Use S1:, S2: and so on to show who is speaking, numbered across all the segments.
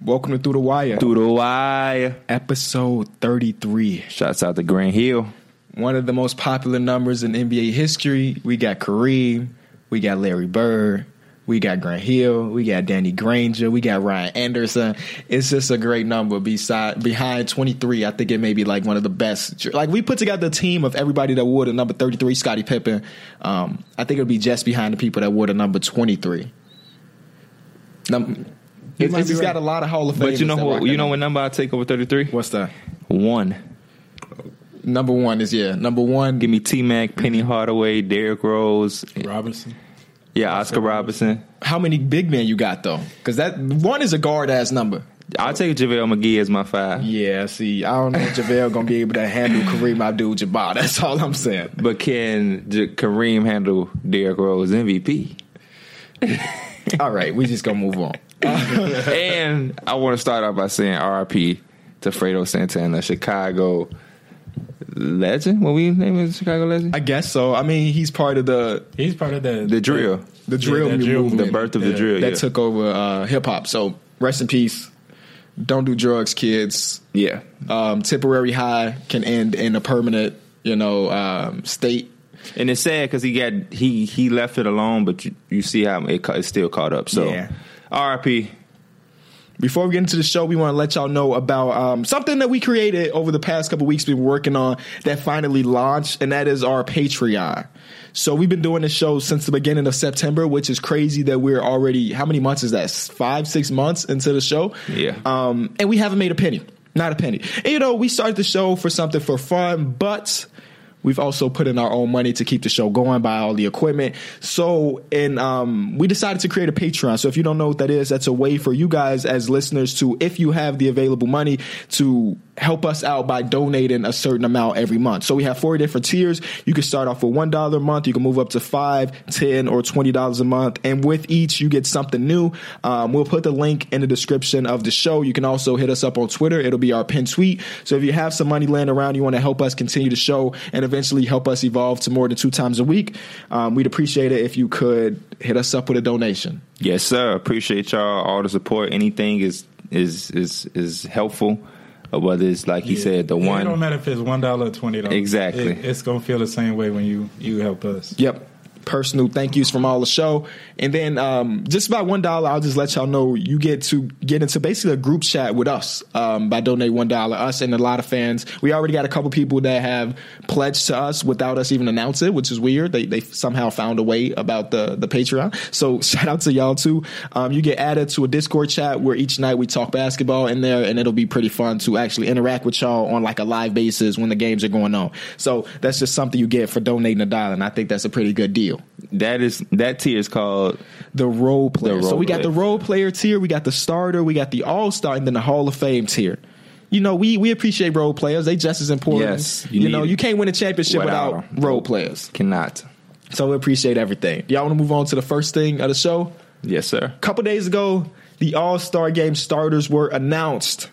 S1: Welcome to Through the Wire,
S2: Through the wire.
S1: episode 33.
S2: Shouts out to Grant Hill.
S1: One of the most popular numbers in NBA history. We got Kareem, we got Larry Bird, we got Grant Hill, we got Danny Granger, we got Ryan Anderson. It's just a great number. Beside behind 23, I think it may be like one of the best. Like we put together a team of everybody that wore the number 33, Scottie Pippen. Um, I think it'll be just behind the people that wore the number 23. Num-
S2: You
S1: it's
S2: might
S1: it's
S2: be
S1: just
S2: right.
S1: got a lot of Hall of Fame.
S2: But you know what? You know what number I take over thirty three?
S1: What's that?
S2: One.
S1: Number one is yeah. Number one.
S2: Give me T Mac, Penny Hardaway, Derrick Rose.
S3: Robinson.
S2: Yeah, Oscar Robinson.
S1: How many big men you got though? Because that one is a guard ass number.
S2: I'll take JaVale McGee as my five.
S1: Yeah. See, I don't know if Javale gonna be able to handle Kareem Abdul-Jabbar. That's all I'm saying.
S2: But can J- Kareem handle Derrick Rose MVP?
S1: All right, we just gonna move on.
S2: and I want to start out by saying RIP to Fredo Santana, Chicago legend. What we name him Chicago legend?
S1: I guess so. I mean, he's part of the
S3: He's part of the
S2: The drill,
S1: the drill
S3: that drill
S1: movement
S2: the birth of the
S3: Yeah.
S2: drill.
S1: that
S2: yeah.
S1: took over uh, hip hop. So rest in peace. Don't do drugs, kids.
S2: yeah.
S1: Um, temporary high can end in a permanent, you know, um, state.
S2: And it's sad because he got he he left it alone, but you, you see how it, ca- it's still caught up. So,
S1: Yeah.
S2: RIP.
S1: Before we get into the show, we want to let y'all know about um, something that we created over the past couple weeks. We've been working on that finally launched, and that is our Patreon. So we've been doing this show since the beginning of September, which is crazy that we're already how many months is that? Five, six months into the show.
S2: Yeah.
S1: Um, and we haven't made a penny, not a penny. And, you know, we started the show for something for fun, but we've also put in our own money to keep the show going buy all the equipment so and um, we decided to create a patreon so if you don't know what that is that's a way for you guys as listeners to if you have the available money to help us out by donating a certain amount every month so we have four different tiers you can start off with one dollar a month you can move up to five ten or twenty dollars a month and with each you get something new um, we'll put the link in the description of the show you can also hit us up on twitter it'll be our pin tweet so if you have some money laying around you want to help us continue the show and eventually help us evolve to more than two times a week um, we'd appreciate it if you could hit us up with a donation
S2: Yes, sir. Appreciate y'all all the support. Anything is is is is helpful. Uh, Whether it's like he said, the
S3: It don't
S2: one
S3: matter if it's one dollar or twenty dollars.
S2: Exactly.
S3: It- it's gonna feel the same way when you you help us.
S1: Yep. Personal thank yous from all the show. And then um, just about one dollar, I'll just let y'all know you get to get into basically a group chat with us um, by donating one dollar. Us and a lot of fans. We already got a couple people that have pledged to us without us even announcing it, which is weird. They they somehow found a way about the the Patreon. So shout out to y'all too. Um, you get added to a Discord chat where each night we talk basketball in there, and it'll be pretty fun to actually interact with y'all on like a live basis when the games are going on. So that's just something you get for donating a dollar, and I think that's a pretty good deal.
S2: that is that tier is called
S1: The role player.
S2: role
S1: so we got
S2: player.
S1: the role player tier, we got the starter, we got the all star, and then the Hall of Fame tier. You know, we we appreciate role players. They just as important.
S2: Yes, you
S1: you, know,
S2: need
S1: you can't win a championship
S2: Without
S1: without
S2: 'em.
S1: role players.
S2: cannot.
S1: So we appreciate everything. Y'all want to move on to the first thing of the show?
S2: Yes, sir.
S1: couple days ago, the All Star Game starters were announced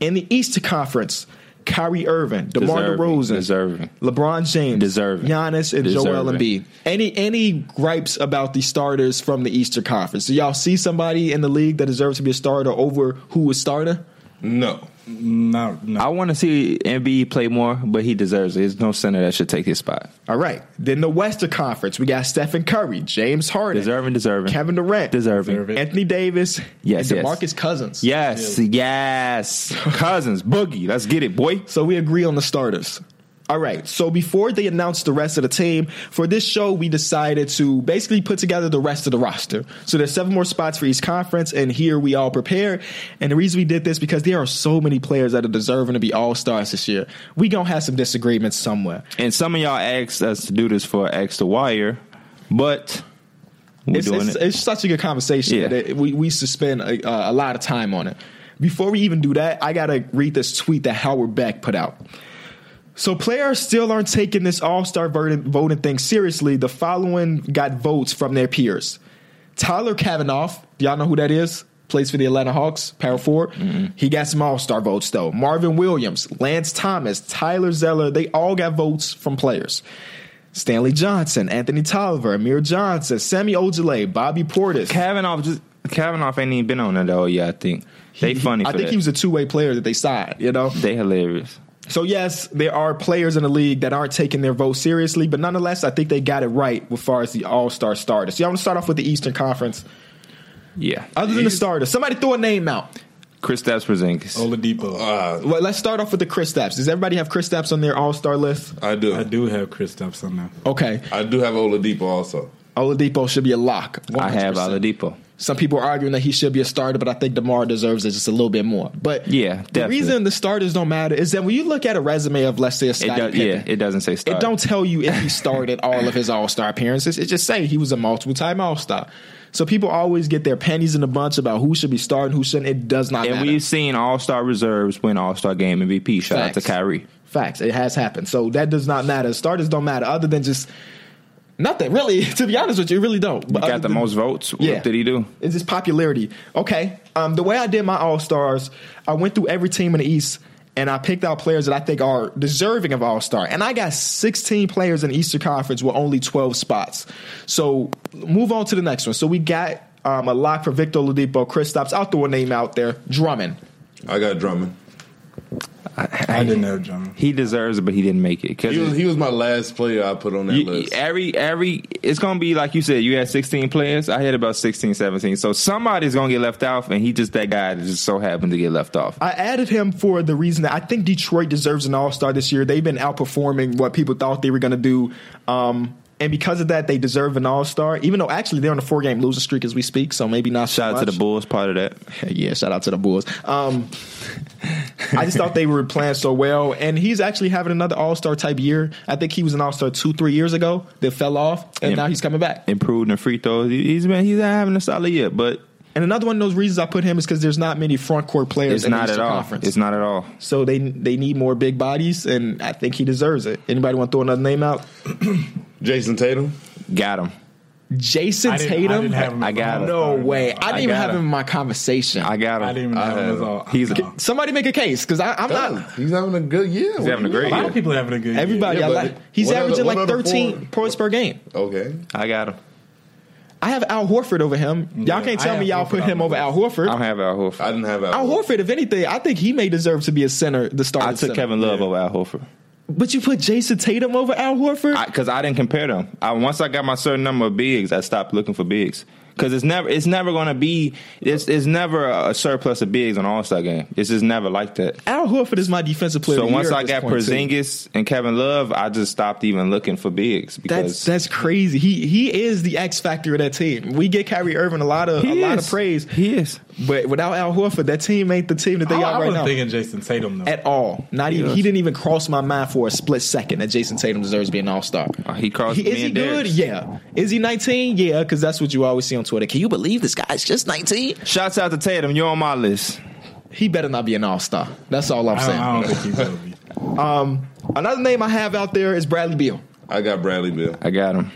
S1: in the Easter Conference. Kyrie Irving, DeMar
S2: Deserving,
S1: DeRozan,
S2: deserving.
S1: LeBron James,
S2: Deserving.
S1: Giannis, and Joel
S2: Deserving.
S1: Embiid. Any any gripes about the starters from the Easter Conference? Do y'all see somebody in the league that deserves to be a starter over who was starter?
S3: No, not no.
S2: I want to see MB play more, but he deserves it. There's no center that should take his spot.
S1: All right. Then the Western Conference, we got Stephen Curry, James Harden,
S2: Deserving, deserving,
S1: Kevin Durant,
S2: deserving.
S3: Deserving.
S1: Anthony Davis,
S2: Yes,
S1: and
S2: yes.
S1: DeMarcus Cousins.
S2: Yes, yes. Cousins, Boogie, let's get it, boy.
S1: So we agree on the starters. All right. So before they announced the rest of the team, for this show, we decided to basically put together the rest of the roster. So there's seven more spots for each conference, and here we all prepare. And the reason we did this because there are so many players that are deserving to be all stars this year. We gonna have some disagreements somewhere.
S2: And some of y'all asked us to do this for X the Wire, but we're
S1: it's,
S2: doing
S1: it's,
S2: it.
S1: it's such a good conversation
S2: Yeah.
S1: that we, we should spend a, a lot of time on it. Before we even do that, I got to read this tweet that Howard Beck put out. So players still aren't taking this all-star voting, voting thing seriously. The following got votes from their peers. Tyler Kavanaugh, y'all know who that is? Plays for the Atlanta Hawks, power forward. He got some all-star votes though. Marvin Williams, Lance Thomas, Tyler Zeller, they all got votes from players. Stanley Johnson, Anthony Tolliver, Amir Johnson, Sammy Ojale, Bobby Portis.
S2: Kavanaugh just Kavanaugh ain't even been on that all year. I think they funny.
S1: I
S2: for
S1: think
S2: that.
S1: he was a two way player that they signed. You know,
S2: They hilarious.
S1: So yes, there are players in the league that aren't taking their vote seriously, but nonetheless, I think they got it right as far as the All Star starters. So y'all want to start off with the Eastern Conference.
S2: Yeah.
S1: Other than the starters, somebody throw a name out.
S2: Chris Porzingis.
S3: Oladipo.
S4: Uh,
S1: Well, let's start off with the Chris Stapps. Does everybody have Chris Stapps on their All Star list?
S4: I do.
S3: I do have Kristaps on there.
S1: Okay,
S4: I do have Oladipo also.
S1: Oladipo should be a lock.
S2: I have
S1: 100%.
S2: Oladipo.
S1: Some people are arguing that he should be a starter, but I think DeMar deserves it just a little bit more. But
S2: Yeah,
S1: the
S2: definitely.
S1: reason the starters don't matter is that when you look at a resume of let's say a
S2: It
S1: Scottie
S2: does,
S1: Pippen,
S2: yeah, it doesn't say start.
S1: It don't tell you if he started all of his All Star appearances. It just say he was a multiple time All Star. So people always get their panties in a bunch about who should be starting, who shouldn't. It does not
S2: And
S1: matter.
S2: we've seen All Star reserves win All Star Game MVP. Shout out
S1: Facts.
S2: to Kyrie.
S1: Facts. It has happened. So that does not matter. Starters don't matter other than just nothing really. To be honest with you, it really don't.
S2: He got the most votes. What
S1: Yeah.
S2: did he do?
S1: It's just popularity. Okay. Um, the way I did my All Stars, I went through every team in the East and I picked out players that I think are deserving of All Star. And I got 16 players in the Eastern Conference with only 12 spots. So move on to the next one. So we got um, a lock for Victor Oladipo, Chris Stops. I'll throw a name out there Drummond.
S4: I got Drummond.
S3: I didn't have Drummond.
S2: He deserves it, but he didn't make it because
S4: He was, he was my last player I put on that
S2: You-
S4: list.
S2: every every it's gonna be like you said you had 16 players i had about 16 17 so somebody's gonna get left off and he just that guy that just so happened to get left off
S1: I added him for the reason that I think Detroit deserves an All Star this year. They've been outperforming what people thought they were going to do. Um, and because of that, they deserve an All Star, even though actually they're on a four game losing streak as we speak, so maybe not so
S2: shout out to
S1: much.
S2: the bulls part of that
S1: Yeah, shout out to the Bulls. Um, I just thought they were playing so well, and he's actually having another All Star type year. I think he was an All Star two, three years ago that fell off, and
S2: Yeah.
S1: now he's coming back.
S2: improved in free throws He- he's been he's not having a solid year but
S1: And another one of those reasons I put him is because there's not many front court players.
S2: it's
S1: in the
S2: not at
S1: Eastern
S2: all
S1: Conference.
S2: it's not at all
S1: So they they need more big bodies, and I think he deserves it. Anybody want to throw another name out?
S4: Jason Tatum.
S2: got him
S1: Jason
S3: I didn't- I
S1: Tatum.
S3: didn't have him
S2: I
S3: as
S2: got
S3: an
S2: him.
S1: no
S3: all-star.
S1: way. I didn't even
S2: got
S1: have him
S2: him.
S1: in my conversation.
S2: i got him
S3: I didn't even
S4: I
S3: have him
S4: have
S3: as
S4: him.
S3: all.
S2: He's a-
S3: no.
S1: Somebody make a case because I'm
S4: Damn,
S1: not.
S4: he's having a good year.
S2: He's having a
S3: A
S2: great
S3: lot
S2: year.
S3: of people having a good year.
S1: Everybody,
S4: Oh. Yeah,
S1: I
S4: but
S1: like, he's
S4: what other-
S1: averaging
S4: what
S1: like
S4: other
S1: 13
S4: forward-
S1: points per game.
S4: Okay.
S2: i got him
S1: I have Al Horford over him. Y'all
S3: Yeah,
S1: can't
S3: I
S1: tell me
S3: have
S1: y'all
S3: Horford
S1: put him
S3: on
S1: over
S3: the
S1: Al Horford.
S2: i don't have al horford
S4: I didn't have
S1: Al Horford, if anything, I think he may deserve to be a center, the starter.
S2: i took
S1: center.
S2: kevin love over al horford
S1: But you put Jason Tatum over Al Horford?
S2: because I, didn't compare them. I once I got my certain number of bigs, I stopped looking for bigs because it's never it's never going to be it's it's never a, surplus of bigs on All Star game. It's just never like that.
S1: Al Horford is my defensive player.
S2: So
S1: of the
S2: once
S1: year at
S2: I
S1: this
S2: got
S1: point, too.
S2: Porzingis and Kevin Love, I just stopped even looking for bigs
S1: That's
S2: because
S1: that's crazy. He he is the X factor of that team. We get Kyrie Irving a lot of a
S2: He
S1: lot
S2: is.
S1: of praise,
S2: he is.
S1: but without Al Horford, that team ain't the team that they
S3: I,
S1: are
S3: I
S1: right
S3: was
S1: now
S3: thinking Jason Tatum though.
S1: at all. Not even he didn't even cross my mind for a split second that Jason Tatum deserves to be an All Star.
S2: Uh, He crossed
S1: He, is
S2: me
S1: he
S2: and
S1: good?
S2: Darius.
S1: Yeah. Is he 19? Yeah, because that's what you always see on Twitter. Can you believe this guy's just 19?
S2: Shouts out to Tatum. You're on my list.
S1: He better not be an All Star. That's all I'm
S3: I, don't,
S1: saying.
S3: I don't think he's gonna be.
S1: Another name I have out there is Bradley Beal.
S4: I got Bradley Bill.
S2: I got him.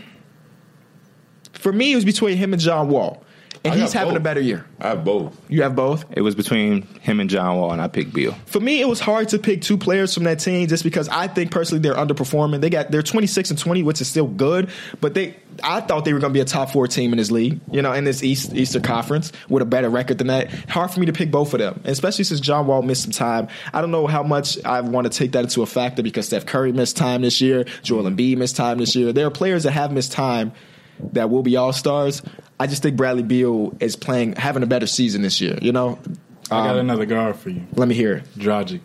S1: For me, it was between him and John Wall, and
S4: I got
S1: he's having a
S4: both.
S1: better year.
S4: I have both.
S1: You have both.
S2: It was between him and John Wall, and I picked Bill.
S1: For me, it was hard to pick two players from that team just because I think personally they're underperforming. They got they're 26 and 20, which is still good, but they I thought they were going to be a top four team in this league, you know, in this East Easter Conference with a better record than that. Hard for me to pick both of them, and especially since John Wall missed some time. I don't know how much I want to take that into a factor because Steph Curry missed time this year, Joel Embiid missed time this year. There are players that have missed time that will be all stars. I just think Bradley Beal is playing having a better season this year. You know,
S3: I got another guard for you,
S1: let me hear it.
S3: Dragic.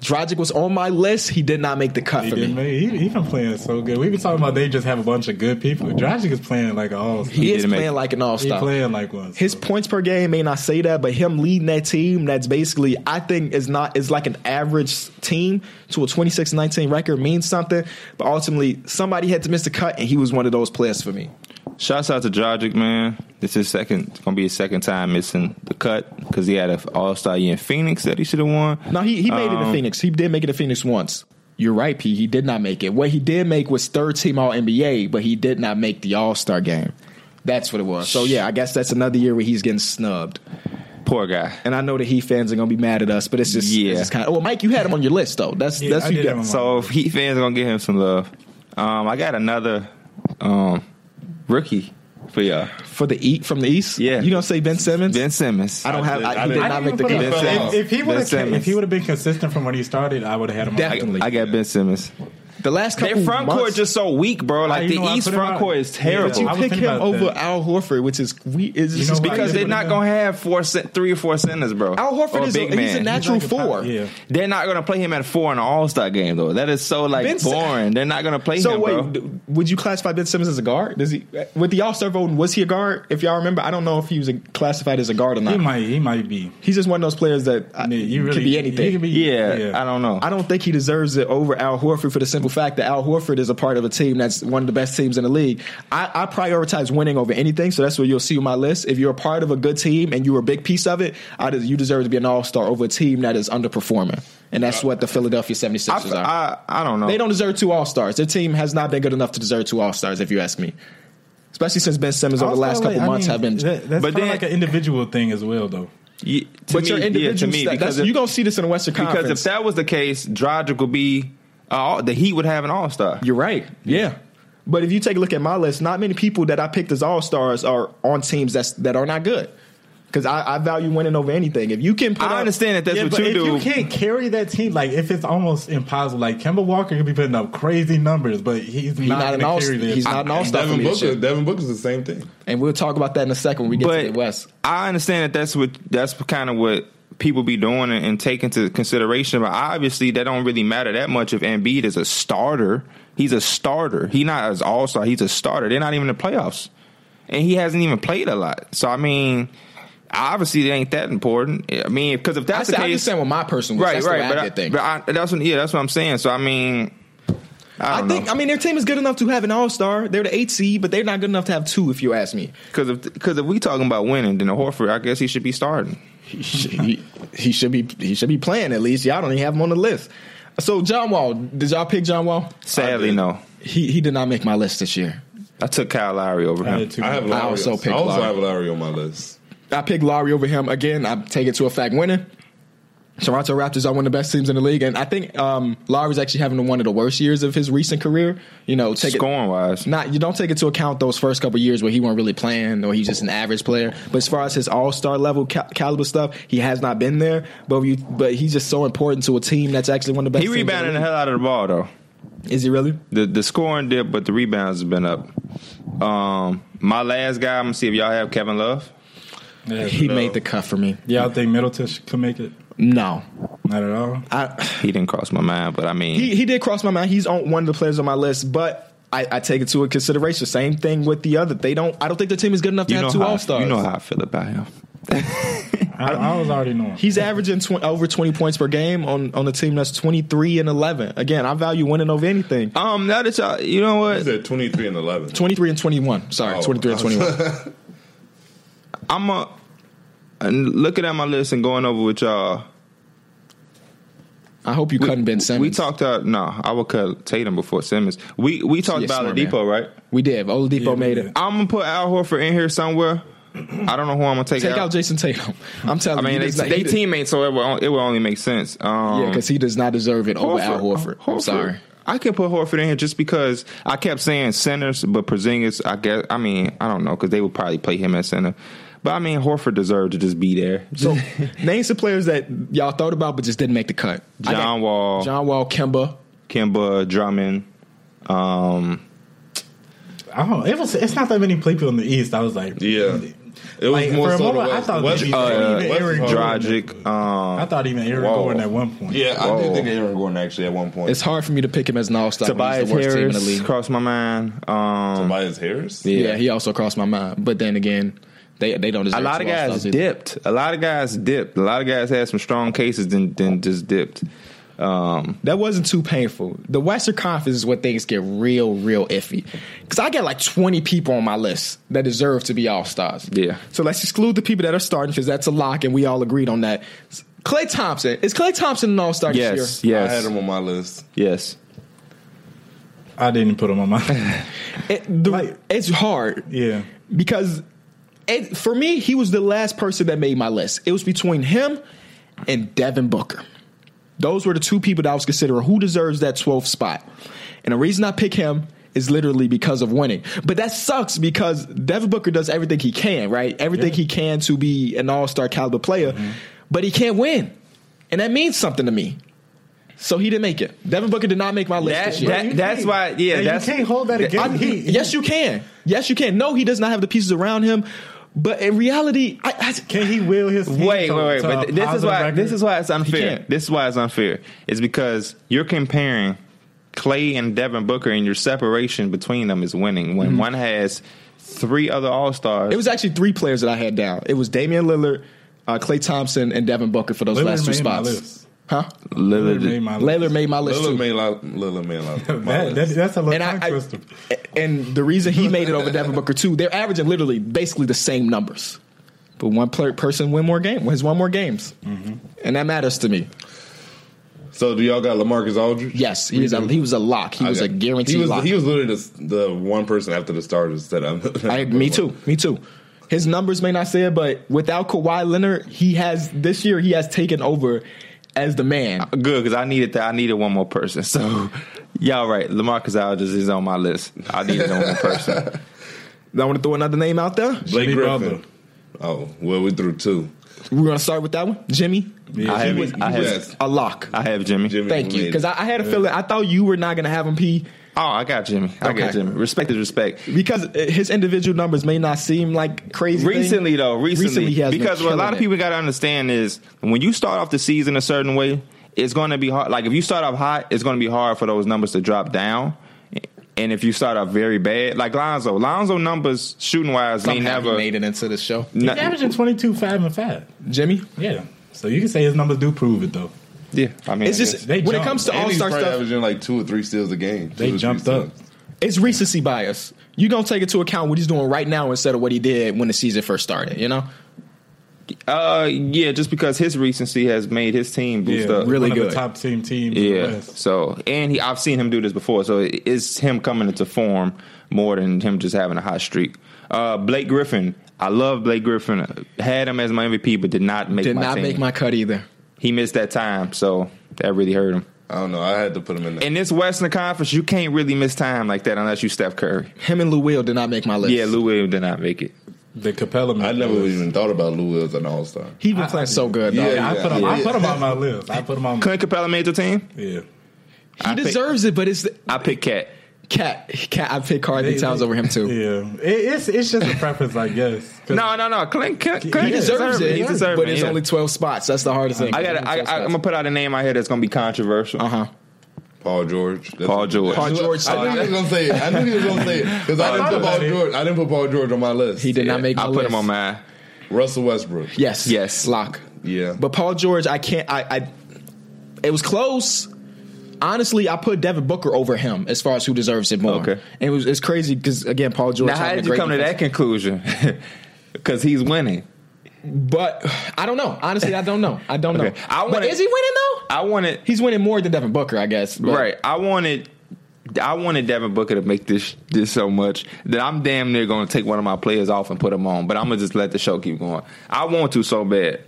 S1: Dragic was on my list. He did not make the cut
S3: He
S1: for
S3: didn't.
S1: me.
S3: Make, he, he been playing so good. We been talking about they just have a bunch of good people. Dragic is playing like an all star.
S1: He,
S2: He
S1: is
S2: didn't make
S1: playing
S2: it.
S1: like an all
S3: He
S1: star.
S3: playing like one.
S1: His
S3: so.
S1: points per game may not say that, but him leading that team that's basically I think is not is like an average team to a 26-19 record means something. But ultimately, somebody had to miss the cut, and he was one of those players for me.
S2: Shouts out to Dragic, man. This is second it's gonna be his second time missing the cut because he had an All Star year in Phoenix that he should have won.
S1: No, he, he made it in
S2: Um,
S1: Phoenix. He did make it in Phoenix once. You're right, P. He did not make it. What he did make was third team All NBA, but he did not make the All Star game. That's what it was. So yeah, I guess that's another year where he's getting snubbed.
S2: Poor guy.
S1: And I know the Heat fans are gonna be mad at us, but it's just
S2: Yeah.
S1: yeah. kind of. Well, Mike, you had him on your list though. That's
S3: Yeah,
S1: that's
S3: I
S1: who you
S3: did have
S1: got.
S3: him
S2: So
S3: on.
S2: if Heat fans gonna give him some love. Um, I got another um, rookie for y'all.
S1: for the eat from the East.
S2: Yeah.
S1: you gonna say Ben Simmons?
S2: Ben Simmons.
S1: I don't have. I,
S4: I
S1: he did
S4: did-
S1: not
S3: I
S1: make
S3: didn't
S1: the
S3: even
S1: game.
S3: put
S2: Ben
S3: up-
S2: Simmons.
S3: if, if he
S2: Ben
S3: would have
S2: Simmons.
S3: if he would have been consistent from when he started, I would have had him. on my
S1: Definitely.
S3: team.
S2: I got Ben Simmons.
S1: The last
S2: Their
S1: couple
S2: front
S1: months,
S2: court just so weak, bro.
S3: I-
S2: Like
S3: you
S2: the
S3: know, I
S2: East
S3: put him
S2: front
S3: out.
S2: court is
S3: Yeah, but
S2: terrible.
S1: you
S3: I was
S1: pick
S3: thinking
S1: him
S3: about
S1: over
S3: that.
S1: Al Horford, which is we is
S3: You know
S1: just because
S3: why
S2: because
S3: you
S1: they
S2: they're
S3: put
S2: not
S3: him
S2: gonna have four, cent- three or four centers, bro.
S1: Al
S2: Or
S1: Horford is a,
S2: big
S1: he's a
S2: man.
S1: natural
S3: He's like a
S1: four.
S3: power- yeah.
S2: They're not gonna play him at four in an All Star game though. That is so like
S1: Ben Sim-
S2: boring. They're not gonna play
S1: So
S2: him,
S1: wait,
S2: bro.
S1: d- would you classify Ben Simmons as a guard? Does he with the All Star voting? Was he a guard? If y'all remember, I don't know if he was a, classified as a guard or
S3: He
S1: not.
S3: might he might be.
S1: He's just one of those players that I,
S3: Yeah, you really
S1: could be
S3: He
S1: anything.
S3: could be,
S2: yeah, I don't know.
S1: I don't think he deserves it over Al Horford for the simple fact that Al Horford is a part of a team that's one of the best teams in the league. I, I prioritize winning over anything, so that's what you'll see on my list. If you're a part of a good team and you're a big piece of it, I des- you deserve to be an all star over a team that is underperforming. And that's what the Philadelphia 76ers are.
S2: I, I, I don't know.
S1: they don't deserve two all stars. Their team has not been good enough to deserve two all stars, if you ask me. Especially since Ben Simmons over the last
S3: Also,
S1: couple
S3: like, I
S1: months
S3: mean,
S1: have been.
S3: That, that's
S2: But
S3: but then,
S2: then-
S3: like an individual thing as well, though.
S2: Ye- to
S1: but
S2: me,
S1: your
S2: yeah, to
S1: individual
S2: me,
S1: stat-
S2: because
S1: that's-
S2: if-
S1: you gonna see this in the Western Conference.
S2: Because if that was the case, Drogic would be uh, the Heat would have an All Star.
S1: You're right. Yeah. But if you take a look at my list, not many people that I picked as all stars are on teams that's that are not good. Because I, I value winning over anything. If you can, put
S2: I
S1: up-
S2: understand that that's
S3: yeah,
S2: what
S3: but
S2: you
S3: if
S2: do.
S3: you can't carry that team, like if it's almost impossible, like Kemba Walker could be putting up crazy numbers, but he's,
S1: He's not,
S3: not,
S1: an
S3: gonna
S1: all.
S3: carry that.
S1: He's not an all star for
S4: Devin
S1: me. this
S4: Booker.
S1: year.
S4: Devin Booker's the same thing.
S1: And we'll talk about that in a second when we get
S2: but
S1: to the West.
S2: I understand that that's what that's kind of what people be doing and, and take into consideration. But obviously, that don't really matter that much if Embiid is a starter. He's a starter. He not as all star. He's a starter. They're not even in the playoffs, and he hasn't even played a lot. So I mean, obviously, it ain't that important. I mean, because if
S1: I
S2: that's
S1: said,
S2: the
S1: I'm
S2: case,
S1: just saying what my personal
S2: right,
S1: that's
S2: right.
S1: The way
S2: but
S1: I
S2: I,
S1: did things.
S2: but I, that's what, yeah, that's what I'm saying. So I mean, I,
S1: I
S2: don't
S1: think
S2: know.
S1: I mean their team is good enough to have an all star. They're the eight seed, but they're not good enough to have two. If you ask me,
S2: Because if because if we talking about winning, then the Horford, I guess he should be starting.
S1: he, should- he, he should be he should be playing at least. Y'all don't even have him on the list. So John Wall, did y'all pick John Wall?
S2: Sadly,
S4: did.
S2: no.
S1: He he did not make my list this year.
S2: I took Kyle Lowry over
S3: I
S2: him.
S3: had two-
S4: I have Larry.
S1: I also picked
S4: I also
S1: Lowry.
S4: have Larry on my list.
S1: I picked Lowry over him again. I take it to a fact winner. Toronto Raptors are one of the best teams in the league, and I think um, Lowry's actually having one of the worst years of his recent career. You know, take it,
S2: Scoring wise,
S1: not you don't take into account those first couple years where he wasn't really playing or he's just an average player. But as far as his All Star level ca- caliber stuff, he has not been there. But you, but he's just so important to a team that's actually one of the best.
S2: he
S1: teams in
S2: rebounded the
S1: league.
S2: hell out of the ball though.
S1: Is he really?
S2: The the scoring dip, but the rebounds have been up. Um, my last guy, I'm gonna see if y'all have Kevin Love.
S3: Yeah,
S1: He
S3: no.
S1: made the cut for me.
S3: Y'all think Middleton should- could make it?
S1: No,
S3: Not at all.
S1: I.
S2: He didn't cross my mind, but I mean,
S1: he, he did cross my mind. He's on one of the players on my list, but I, I take it to a consideration. Same thing with the other. They don't. I don't think their team is good enough to
S2: you know
S1: have two
S2: how
S1: all stars.
S2: you know how I feel about him.
S3: I, I was already knowing.
S1: He's averaging tw- over twenty points per game on on a team that's twenty three and eleven. Again, I value winning over anything.
S2: Um, now that y'all, you know
S4: He's
S2: what,
S4: at 23 and 11.
S1: Twenty three and twenty one. Sorry,
S4: Oh.
S1: twenty three and twenty one.
S2: I'm a and looking at my list and going over with y'all.
S1: I hope you couldn't Ben Simmons.
S2: We talked out. No, I would cut Tatum before Simmons. We we talked
S1: Yeah,
S2: about
S1: smart
S2: Oladipo,
S1: man.
S2: right?
S1: We did. Oladipo
S3: Yeah, we
S1: made
S3: did.
S1: it.
S2: I'm gonna put Al Horford in here somewhere. I don't know who I'm gonna take,
S1: Take out Jason Tatum. I'm
S2: I
S1: telling you,
S2: mean,
S1: he
S2: they,
S1: does not-
S2: they
S1: he does-
S2: teammates, so it will, it will only make sense. Um,
S1: Yeah, because he does not deserve it over Al Horford. I'm sorry.
S2: I can put Horford in here just because I kept saying centers, but Porzingis. I guess. I mean, I don't know because they would probably play him at center. But I mean, Horford deserved to just be there.
S1: So, name some players that y'all thought about but just didn't make the cut. I got
S2: John Wall,
S1: John Wall, Kemba.
S2: Kimba, Drummond. Um,
S3: I don't. It was. It's not that many people in the East. I was like,
S4: Yeah. It was
S3: Like,
S4: more
S3: for a
S4: so the
S3: moment, I
S4: West.
S3: thought it'd
S4: West is
S3: be-
S4: hard.
S3: uh,
S4: West is
S2: Oh,
S3: Eric
S4: hard.
S3: Dragic.
S2: Dragic. Um,
S3: I thought even Aaron
S2: Whoa.
S3: Gordon at one point.
S4: Yeah, I
S2: Whoa.
S4: did think of Aaron Gordon actually at one point.
S1: Oh. It's hard for me to pick him as an all star.
S2: Tobias
S1: the worst team in the
S2: Harris
S1: league.
S2: um, crossed my mind. Um,
S4: Tobias Harris.
S1: yeah. he also crossed my mind. But then again, they they don't deserve
S2: a lot of
S1: two All-Stars
S2: guys
S1: either.
S2: dipped. A lot of guys dipped. A lot of guys had some strong cases, then then just dipped. Um,
S1: That wasn't too painful. The Western Conference is where things get real, real iffy. Because I got like 20 people on my list that deserve to be all stars.
S2: Yeah.
S1: So let's exclude the people that are starting because that's a lock and we all agreed on that. Clay Thompson. Is Clay Thompson an all star
S2: yes,
S1: this year?
S4: I had
S2: yes,
S4: him on my list.
S2: yes.
S3: I didn't put him on my.
S1: It- the-
S3: Like-
S1: it's hard.
S3: yeah.
S1: because it, for me, he was the last person that made my list. It was between him and Devin Booker. Those were the two people that I was considering who deserves that 12th spot. And the reason I pick him is literally because of winning. But that sucks because Devin Booker does everything he can, right? Everything
S3: Yeah.
S1: he can to be an all star caliber player,
S2: Mm-hmm.
S1: but he can't win. And that means something to me. So he didn't make it. Devin Booker did not make my list
S2: That-
S1: this year.
S2: that- that's why- yeah,
S3: And
S2: that's-
S3: you can't hold that
S1: I-
S3: against Heat.
S1: yes, you can. Yes, you can. No, he does not have the pieces around him. But in reality, I, I,
S3: Can he will his team
S2: Wait,
S3: to-
S2: wait, wait!
S3: to
S2: But
S3: a
S2: th- this is
S3: positive
S2: why
S3: record?
S2: this is why it's unfair.
S1: can't.
S2: This is why it's unfair. It's because you're comparing Clay and Devin Booker, and your separation between them is winning when one has three other All Stars.
S1: it was actually three players that I had down. It was Damian Lillard, uh, Clay Thompson, and Devin Booker for those
S3: Lillard
S1: last two
S3: made my
S1: spots.
S3: list.
S1: Huh?
S3: Lillard made my list.
S1: Lillard made my list
S4: Lillard
S1: too.
S4: made lot. Lillard made lot.
S3: That, that, that's a little
S1: and I,
S3: tongue twister.
S1: I- and the reason he made it over Devin Booker too, they're averaging literally basically the same numbers, but one player, person win more game has won more games,
S3: Mm-hmm.
S1: and that matters to me.
S4: so do y'all got Lamarcus Aldridge?
S1: Yes, he was a, he was a lock. He was a
S4: Okay.
S1: guaranteed
S4: He was,
S1: lock.
S4: he was literally the, the one person after the starters that I'm.
S1: I, me too. Me too. His numbers may not say it, but without Kawhi Leonard, he has this year he has taken over as the man.
S2: good because I needed that. I needed one more person. So y'all right, Lamarcus Aldridge is on my list. I needed one more person.
S1: I want to throw another name out there.
S4: Blake
S3: Jimmy
S4: Griffin.
S3: Butler.
S4: Oh well, we threw two.
S1: We're gonna start with that one, Jimmy.
S3: Yeah.
S2: I have,
S4: was- he
S2: I have,
S4: was-
S1: A lock.
S2: I have Jimmy.
S4: Jimmy
S1: Thank you,
S4: made
S1: because
S4: it.
S1: I, I had a feeling. I thought you were not gonna have him P.
S2: Oh, I got Jimmy. I
S1: Okay.
S2: got Jimmy. Respect is respect.
S1: because uh, his individual numbers may not seem like crazy. thing.
S2: Recently, though, recently,
S1: Recently, he has been
S2: because what a
S1: killing
S2: lot of
S1: it.
S2: people got to understand is when you start off the season a certain way, it's going to be hard. Like if you start off hot, it's going to be hard for those numbers to drop down. And if you start off very bad, like Lonzo, Lonzo numbers shooting wise, they
S1: Somehow he
S2: never.
S1: made it into the show.
S2: no-
S3: He's averaging 22, 5, and 5.
S1: Jimmy,
S3: Yeah. So you can say his numbers do prove it, though.
S2: yeah, I mean,
S1: it's
S2: I
S1: just
S2: guess.
S3: They
S1: when it
S3: jumped.
S1: comes to
S4: And
S1: All
S4: he's
S1: Star
S4: probably
S1: stuff,
S4: averaging like two or three steals a game.
S3: They
S4: Two or
S3: jumped
S4: three
S3: up.
S4: steals.
S1: it's recency bias. You gonna take into account what he's doing right now instead of what he did when the season first started. You know,
S2: uh, yeah, just because his recency has made his team boost up.
S1: really
S3: one Of
S1: good.
S3: the top team teams. in the
S2: Yeah.
S3: West.
S2: So, and he, I've seen him do this before. So it- it's him coming into form more than him just having a hot streak. Uh, Blake Griffin. I love Blake Griffin. Had him as my MVP, but did not make
S1: did
S2: my
S1: not
S2: team.
S1: make my cut either.
S2: he missed that time, so that really hurt him.
S4: I don't know. I had to put him in there.
S2: In this Western Conference, you can't really miss time like that unless you Steph Curry.
S1: Him and Lou Will did not make my list.
S2: Yeah, Lou Williams did not make it.
S3: The Capella.
S4: I never even thought about Lou as an All Star.
S1: he been playing so good. though.
S4: Yeah,
S3: I put him. I
S4: yeah.
S3: put him on my list. I put him on.
S2: Clint Capella made the team.
S3: Yeah.
S1: he
S2: I pick-
S1: deserves it, but it's
S2: I picked Cat.
S1: cat. Cat, I pick Carly
S3: They-
S1: Towns
S3: they-
S1: over him too.
S3: Yeah. It, it's it's just a preference, I guess. 'Cause
S2: No, no, no. Clint, Clint,
S3: He
S2: Clint
S1: He deserves it,
S2: He deserves
S1: but
S2: it.
S1: it's
S2: yeah.
S1: only twelve spots. That's the hardest thing.
S2: I got. I, I, I'm gonna put out a name out here that's gonna be controversial.
S1: Uh huh.
S4: Paul George. That's
S2: Paul
S4: what-
S2: George.
S1: Paul George.
S4: I knew he was gonna say it. I knew he was gonna say it because I didn't put Paul George. I didn't put Paul George on my list.
S1: He did not make. My
S2: I put
S1: list.
S2: him on mine.
S4: Russell Westbrook.
S1: Yes.
S2: Yes.
S1: Lock.
S4: Yeah.
S1: But Paul George, I can't. I, I it was close. Honestly, I put Devin Booker over him as far as who deserves it more.
S2: Okay.
S1: And it was it's crazy because again, Paul George.
S2: Now, how
S1: having a
S2: did you
S1: great
S2: come to that
S1: defense.
S2: conclusion? Because he's winning.
S1: But I don't know. Honestly, I don't know. I don't know.
S2: Okay. I
S1: but
S2: wanna-
S1: is he winning though?
S2: I wanted
S1: He's winning more than Devin Booker, I guess. but-
S2: right. I wanted. I wanted Devin Booker to make this this so much that I'm damn near going to take one of my players off and put him on. But I'm gonna just let the show keep going. I want to so bad.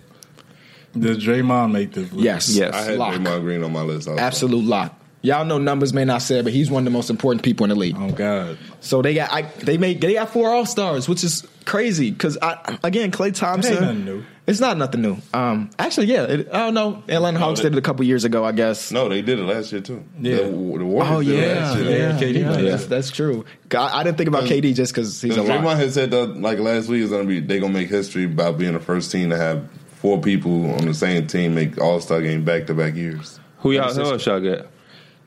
S3: Did Draymond make this? List?
S1: Yes.
S2: Yes.
S4: I had
S1: Lock.
S4: Draymond Green on my list. also.
S1: Absolute lock. Y'all know numbers may not say, it, but he's one of the most important people in the league.
S3: Oh God.
S1: So they got I, they made they got four all stars, which is crazy. Because I again, Clay Thompson.
S3: nothing new.
S1: It's not nothing new. Um, actually, yeah, it, I don't know. Atlanta Hawks
S4: they-
S1: did it a couple years ago, I guess.
S4: No, they did it last year too.
S3: Yeah.
S4: The, the Warriors
S1: Oh
S4: did it
S1: yeah,
S4: last year.
S1: yeah,
S3: KD
S1: yeah,
S3: played.
S1: That's, that's true. I, I didn't think about KD just because he's a
S4: Because
S1: lot.
S4: Draymond had said that like last week is gonna be they gonna make history by being the first team to have four people on the same team make All Star game back to back years.
S2: Who y'all? Who else y'all get?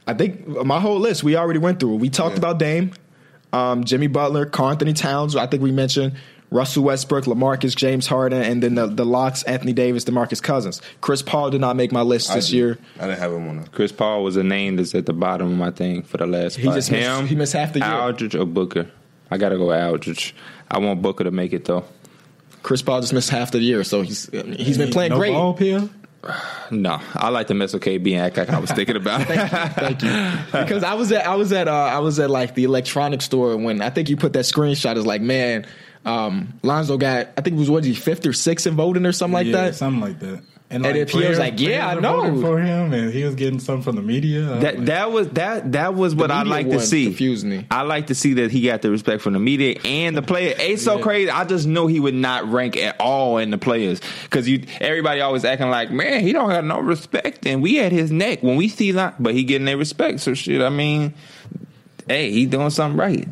S1: I think my whole list we already went through. We talked about Dame, um, Jimmy Butler, Anthony Towns. who I think we mentioned Russell Westbrook, Lamarcus James Harden, and then the, the locks Anthony Davis, DeMarcus Cousins. Chris Paul did not make my list
S4: I
S1: this
S4: did.
S1: year.
S4: I didn't have him on. That.
S2: Chris Paul was a name that's at the bottom of my thing for the last.
S1: He
S2: spot.
S1: just missed- he missed half the year.
S2: Aldridge or Booker? I gotta go with Aldridge. I want Booker to make it though.
S1: Chris Paul just missed half the year, so he's he's been playing
S3: no
S1: great.
S3: Ball pill?
S2: No, I like to mess with KB and act like I was thinking about it.
S1: Thank you. Because I was at I was at uh, I was at like the electronics store when I think you put that screenshot is like man, um, Lonzo got I think it was what was he fifth or sixth in voting or something like
S3: yeah,
S1: that.
S3: Something like that. And
S1: And if he was like, yeah,
S3: players
S1: I
S3: were
S1: know.
S3: voting for him, and he was getting some from the media. I'm
S2: That
S3: like,
S2: that was that that was what I
S1: media
S2: like to
S1: one
S2: see.
S1: confused me.
S2: I like to see that he got the respect from the media and the player. It's so crazy. I just know he would not rank at all in the players because you everybody always acting like man he don't have no respect and we at his neck when we see that but he getting their respect so shit. I mean, hey, he doing something right.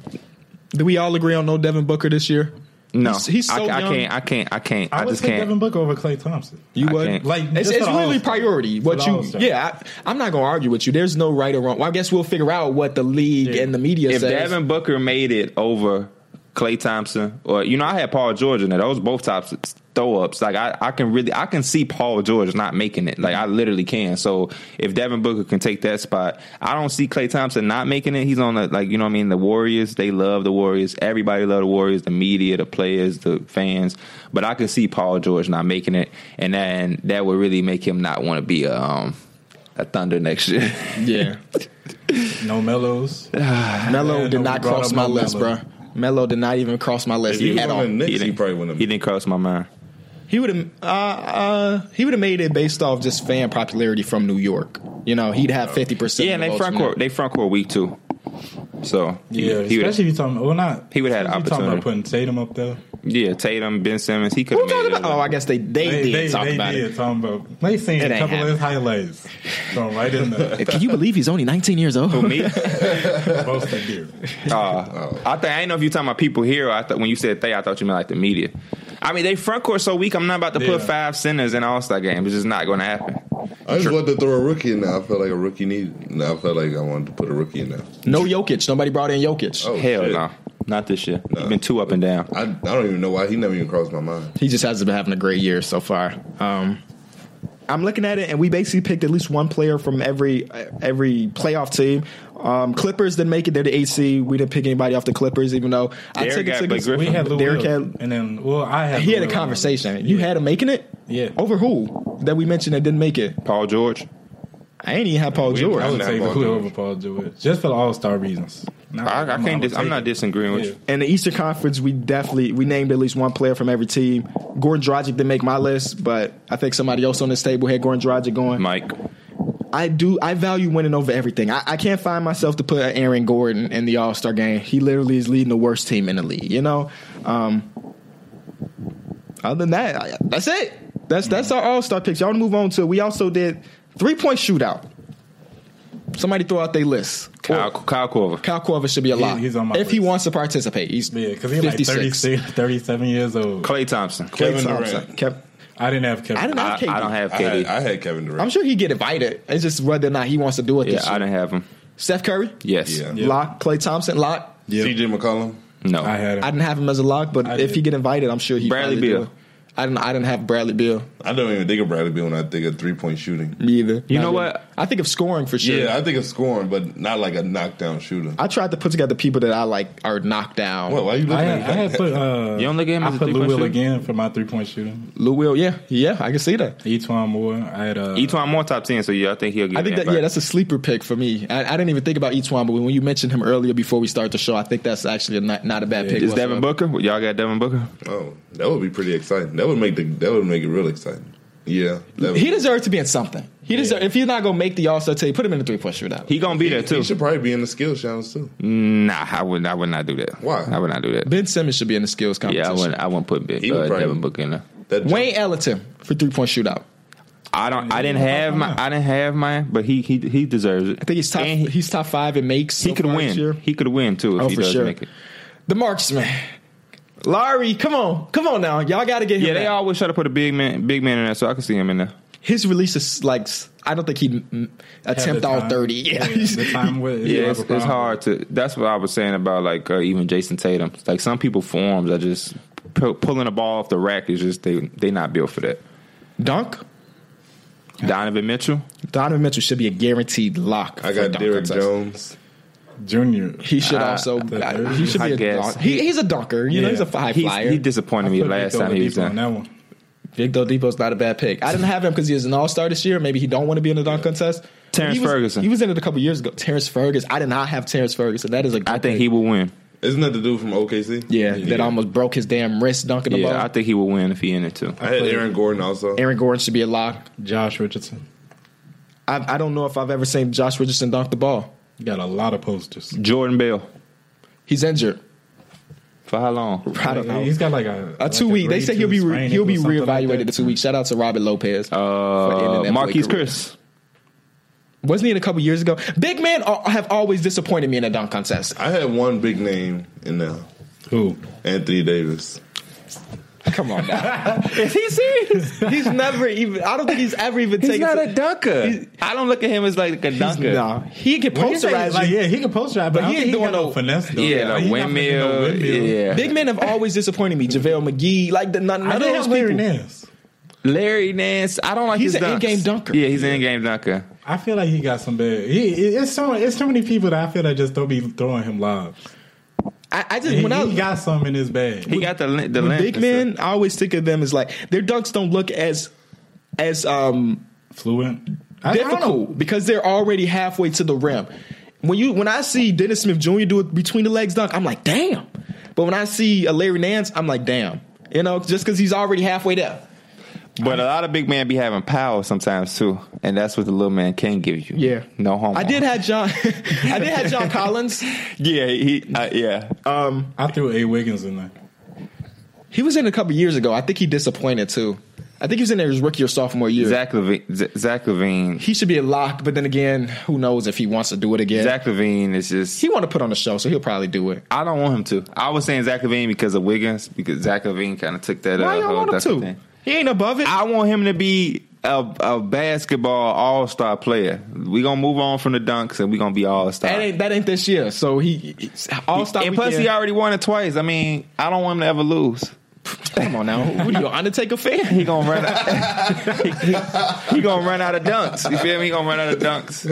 S1: Do we all agree on no Devin Booker this year?
S2: No,
S1: He's- he's so
S2: I, I
S1: young.
S2: can't. I can't. I can't.
S3: I,
S2: I,
S3: would
S2: just
S3: take
S2: can't.
S3: Devin Booker over Clay Thompson.
S1: You
S2: I
S1: would
S2: can't.
S3: Like
S1: It's,
S3: just
S1: it's
S3: for the
S1: really
S3: All-Star.
S1: priority.
S3: For
S1: What
S3: the
S1: you?
S3: All-Star.
S1: Yeah, I, I'm not gonna argue with you. There's no right or wrong. Well, I guess we'll figure out what the league
S3: Yeah.
S1: and the media
S2: if
S1: says.
S2: Devin Booker made it over Clay Thompson, or you know, I had Paul George in there. Those both tops throw ups. Like I, I can really, I can see Paul George not making it. Like I literally can. So if Devin Booker can take that spot, I don't see Clay Thompson not making it. He's on the like you know what I mean. The Warriors, they love the Warriors. Everybody love the Warriors. The media, the players, the fans. But I can see Paul George not making it, and then that would really make him not want to be a um, a Thunder next year.
S1: yeah,
S3: No Mellows.
S1: Melo
S3: Yeah,
S1: did
S3: no,
S1: not
S3: we brought
S1: cross
S3: up
S1: my
S3: no
S1: list,
S3: Melo.
S1: bro. Melo did not even cross my list
S4: If he was
S1: at
S4: on the
S1: all.
S4: Knicks, he,
S2: didn't-
S4: probably wouldn't
S2: He
S4: have.
S2: didn't cross my mind.
S1: He would have. Uh, uh, he would have made it based off just fan popularity from New York. You know, he'd
S3: Oh.
S1: have fifty percent.
S2: Yeah, and they front court. They front court weak too. So he
S3: Yeah,
S2: would- he would,
S3: especially if you talking. Well, not
S2: he would have
S3: especially if you talking
S2: opportunity.
S3: about putting Tatum up there.
S2: yeah, Tatum, Ben Simmons. He could
S1: Who
S2: have
S1: talking
S2: made
S1: about? Oh, I guess they they, did talk
S3: they
S1: about
S3: did
S1: it.
S3: talking about. They seen
S1: It
S3: a
S1: ain't
S3: couple of his highlights. Going right in the
S1: Can you believe he's only 19 years old?
S2: it. Me,
S3: boasting here.
S2: uh, I think I didn't know if you talking about people here. I thought when you said they, I thought you meant like the media. I mean, they front court so weak. I'm not about to put
S3: Yeah.
S2: five centers in All Star game. It's just not going to happen.
S4: I just wanted to throw a rookie in there. I felt like a rookie needed. No, I felt like I wanted to put a rookie in there.
S1: No Jokic. Nobody brought in Jokic.
S4: Oh,
S2: Hell
S4: shit.
S2: no, not this year. He's been two up and down.
S4: I, I don't even know why he never even crossed my mind.
S1: He just hasn't been having a great year so far. Um, I'm looking at it, and we basically picked at least one player from every every playoff team. Um, Clippers didn't make it; they're the AC. We didn't pick anybody off the Clippers, even though
S2: Derrick
S1: took it
S2: got
S1: to-
S2: Blake Griffin.
S3: We had Lou
S1: Derrick
S3: Will,
S1: had-
S3: and then well, I had.
S1: He had a
S3: Lou Will.
S1: conversation. You had him making it,
S3: Yeah.
S1: Over who that we mentioned that didn't make it?
S2: Paul George.
S1: I ain't even had Paul
S3: I
S1: George.
S3: would
S4: Not
S3: take
S4: Paul
S3: Lou
S4: George.
S3: over Paul George just for the All Star reasons. Not-
S2: I, I
S3: would
S2: can't. Dis- I'm
S3: take
S2: not
S3: it.
S2: disagreeing with
S3: Yeah.
S2: you.
S1: In the Eastern Conference, we definitely we named at least one player from every team. Goran Dragic didn't make my list, but I think somebody else on this table had Goran Dragic going.
S2: Mike.
S1: I do. I value winning over everything. I, I can't find myself to put an Aaron Gordon in the All Star game. He literally is leading the worst team in the league. You know. Um, other than that, I, that's it. That's that's our All Star picks. Y'all wanna move on to. We also did three point shootout. Somebody throw out their list.
S2: Kyle,
S1: Or
S2: Kyle Korver.
S1: Kyle Korver should be a lot
S3: he's on my
S1: if he
S3: list.
S1: wants to participate. He's
S3: Yeah, because he's like 36, 37 years old.
S2: Clay Thompson.
S4: Kevin
S1: Klay
S4: Durant.
S1: Thompson. Kev-
S3: I didn't have Kevin.
S1: I didn't
S2: I,
S1: have KD.
S2: I don't have
S4: I had,
S2: KD.
S4: I had Kevin Durant.
S1: I'm sure he get invited. It's just whether or not he wants to do it.
S2: yeah,
S1: this
S2: I
S1: year.
S2: didn't have him.
S1: Steph Curry,
S2: Yes.
S4: Yeah.
S1: lock. Clay Thompson, lock.
S4: CJ McCollum.
S2: No.
S3: I had him.
S1: I didn't have him as a lock, but
S3: I
S1: if
S3: did.
S1: he get invited, I'm sure he
S2: Bradley
S1: probably
S2: Beal.
S1: do it. I didn't. I didn't have Bradley Beal
S4: I don't even think of Bradley Beal when I think of three point shooting.
S1: either.
S2: You
S1: Not
S2: know
S1: really.
S2: what?
S1: I think of scoring for sure.
S4: Yeah, I think of scoring, but not like a knockdown shooter.
S1: I tried to put together people that I like are knocked down.
S4: What? Why are you
S3: I
S4: looking
S3: had,
S4: at
S3: I
S4: me?
S3: had
S4: like
S3: put.
S4: that?
S3: Uh,
S2: You don't look at him
S3: I
S2: as a
S3: put Lou
S2: three-point
S3: Will
S2: shooter?
S3: again for my three point shooting.
S1: Lou Will, yeah, yeah, I can see that.
S3: Etwan Moore. I had uh,
S2: Etwan Moore top ten, so yeah, I think he'll get.
S1: I think
S2: an
S1: that yeah,
S2: invite.
S1: that's a sleeper pick for me. I, I didn't even think about Etwan, but when you mentioned him earlier before we start the show, I think that's actually a not, not a bad pick.
S2: Is
S1: whatsoever.
S2: Devin Booker? Y'all got Devin Booker?
S4: oh, that would be pretty exciting. That would make the that would make it real exciting. Yeah, that would,
S1: He deserves to be in something. He deserves. If he's not gonna make the All Star team, put him in the three point shootout.
S2: He gonna be there too.
S4: he should probably be in the skill challenge too.
S2: Nah, I would. I would not do that.
S4: Why?
S2: I would not do that.
S1: ben Simmons should be in the skills
S2: Yeah, I
S1: competition.
S2: wouldn't. I wouldn't put Big,
S4: He would
S2: uh,
S4: probably-
S2: Devin Booker in there.
S4: That
S1: Wayne Ellington for three point shootout.
S2: I don't. I didn't have my. I didn't have mine, but he he he deserves it.
S1: I think he's top.
S2: And he
S1: he's top five in makes.
S2: he
S1: so
S2: could
S1: far this
S2: win.
S1: year.
S2: He could win too if
S1: Oh,
S2: he
S1: for
S2: does
S1: sure.
S2: make it.
S1: The marksman, Larry. Come on, come on now. Y'all got to get him.
S2: Yeah, they
S1: back.
S2: always try to put a big man, big man in there, so I can see him in there.
S1: His release is like s- I don't think he mm,
S3: had the
S1: attempt all
S3: time.
S1: thirty. Yeah,
S3: the time with
S2: Yeah, it's, it's hard to. That's what I was saying about like uh, even Jason Tatum. Like some people forms are just pu- pulling a ball off the rack is just they they not built for that.
S1: dunk.
S2: Donovan Mitchell.
S1: Donovan Mitchell should be a guaranteed lock.
S4: I
S1: for
S4: got
S1: dunk
S4: Derrick
S1: contest.
S4: Jones.
S3: Junior.
S1: He should
S2: I-
S1: also.
S3: I-
S1: he should
S2: I
S1: be a
S2: guess.
S1: dunk. He, he's a dunker. You know,
S3: Yeah.
S1: he's a high
S2: He's-
S1: flyer.
S2: He disappointed me
S3: Put
S2: last
S3: Victor
S2: time he was
S3: Oladipo
S2: in.
S3: on that one.
S1: Victor Depot's not a bad pick. I didn't have him because he was an all star this year. Maybe he don't want to be in the dunk contest.
S2: Terrence
S1: He was-
S2: Ferguson.
S1: He was in it a couple years ago. Terrence Ferguson. I did not have Terrence Ferguson. That is a. Good
S2: I think
S1: pick.
S2: he will win.
S4: Isn't that the dude from OKC?
S1: Yeah, that almost broke his damn wrist dunking the
S2: Yeah,
S1: ball.
S2: I think he will win if he in it too.
S4: I had Aaron Gordon also.
S1: Aaron Gordon should be a lock.
S3: Josh Richardson
S1: I, I don't know if I've ever seen Josh Richardson dunk the ball.
S3: got a lot of posters.
S2: Jordan Bell.
S1: He's injured.
S2: For how long?
S1: I don't know.
S3: He's got like a
S1: A
S3: like
S1: two week. They say he'll be
S3: radius
S1: re,
S3: sprain
S1: he'll be
S3: or something like
S1: reevaluated
S3: that.
S1: in two weeks. Shout out to Robert Lopez. for ending that
S2: Uh,
S1: play
S2: Marquise
S1: career.
S2: Chris.
S1: Wasn't he in a couple years ago? Big men are, have always disappointed me in a dunk contest.
S4: I had one big name in there,
S3: Who?
S4: Anthony Davis.
S1: Come on, now. is he serious? He's never even. I don't think he's ever even taken. to-
S2: dunker. I don't look at him as like a
S1: He's-
S2: dunker.
S1: Nah, he can
S3: Well, he say,
S1: posterize
S3: like,
S1: you.
S3: yeah, he can posterize, but,
S1: But he
S3: he ain't doing no finesse. Though.
S2: Yeah,
S3: Like,
S2: the
S3: he not finna do
S2: windmill.
S3: no windmill.
S2: Yeah,
S1: Big men have always disappointed me. JaVale McGee, like the, none, none
S3: I
S1: of
S3: did
S1: those
S3: have Larry
S1: people.
S3: Nance.
S2: Larry Nance. I don't like
S1: He's
S2: his
S1: an
S2: dunks.
S1: in-game dunker.
S2: Yeah, he's an in-game dunker.
S3: I feel like he got some bad. He, it- it's so it's so many people that I feel like just don't be throwing him lobs.
S1: I, I just
S3: He,
S1: when I
S3: he got some in his bag.
S2: He got the li- the
S1: with
S2: length
S1: big
S2: and stuff.
S1: men, I always think of them as like their dunks don't look as as um
S3: Fluent. I, I don't know.
S1: difficult because they're already halfway to the rim. When you when I see Dennis Smith Jr. do a between the legs dunk, I'm like, damn. But when I see a Larry Nance, I'm like, damn. You know, just because he's already halfway there.
S2: But a lot of big men be having power sometimes too, and that's what the little man can give you. no homo.
S1: I did have John. I did have John Collins.
S2: Yeah, he. Uh, yeah,
S3: I threw A Wiggins in there.
S1: He was in a couple years ago. I think he disappointed too. I think he was in there his rookie or sophomore year.
S2: Zach Levine. Z- Zach Levine.
S1: He should be a lock, but then again, who knows if he wants to do it again?
S2: Zach Levine is just.
S1: He want to put on a show, so he'll probably do it.
S2: I don't want him to. I was saying Zach Levine because of Wiggins, because Zach Levine kind of took that.
S1: Why
S2: uh,
S1: y'all
S2: whole
S1: want him
S2: Duncan
S1: to?
S2: thing.
S1: He ain't above it.
S2: I want him to be a, a basketball all star player. We gonna move on from the dunks and we gonna be all star.
S1: that ain't that ain't this year. So he all star.
S2: And plus, he already won it twice. I mean, I don't want him to ever lose.
S1: come on now. Who do you Undertaker fan?
S2: He gonna run. Out, he, he gonna run out of dunks. You feel me? He gonna run out of dunks.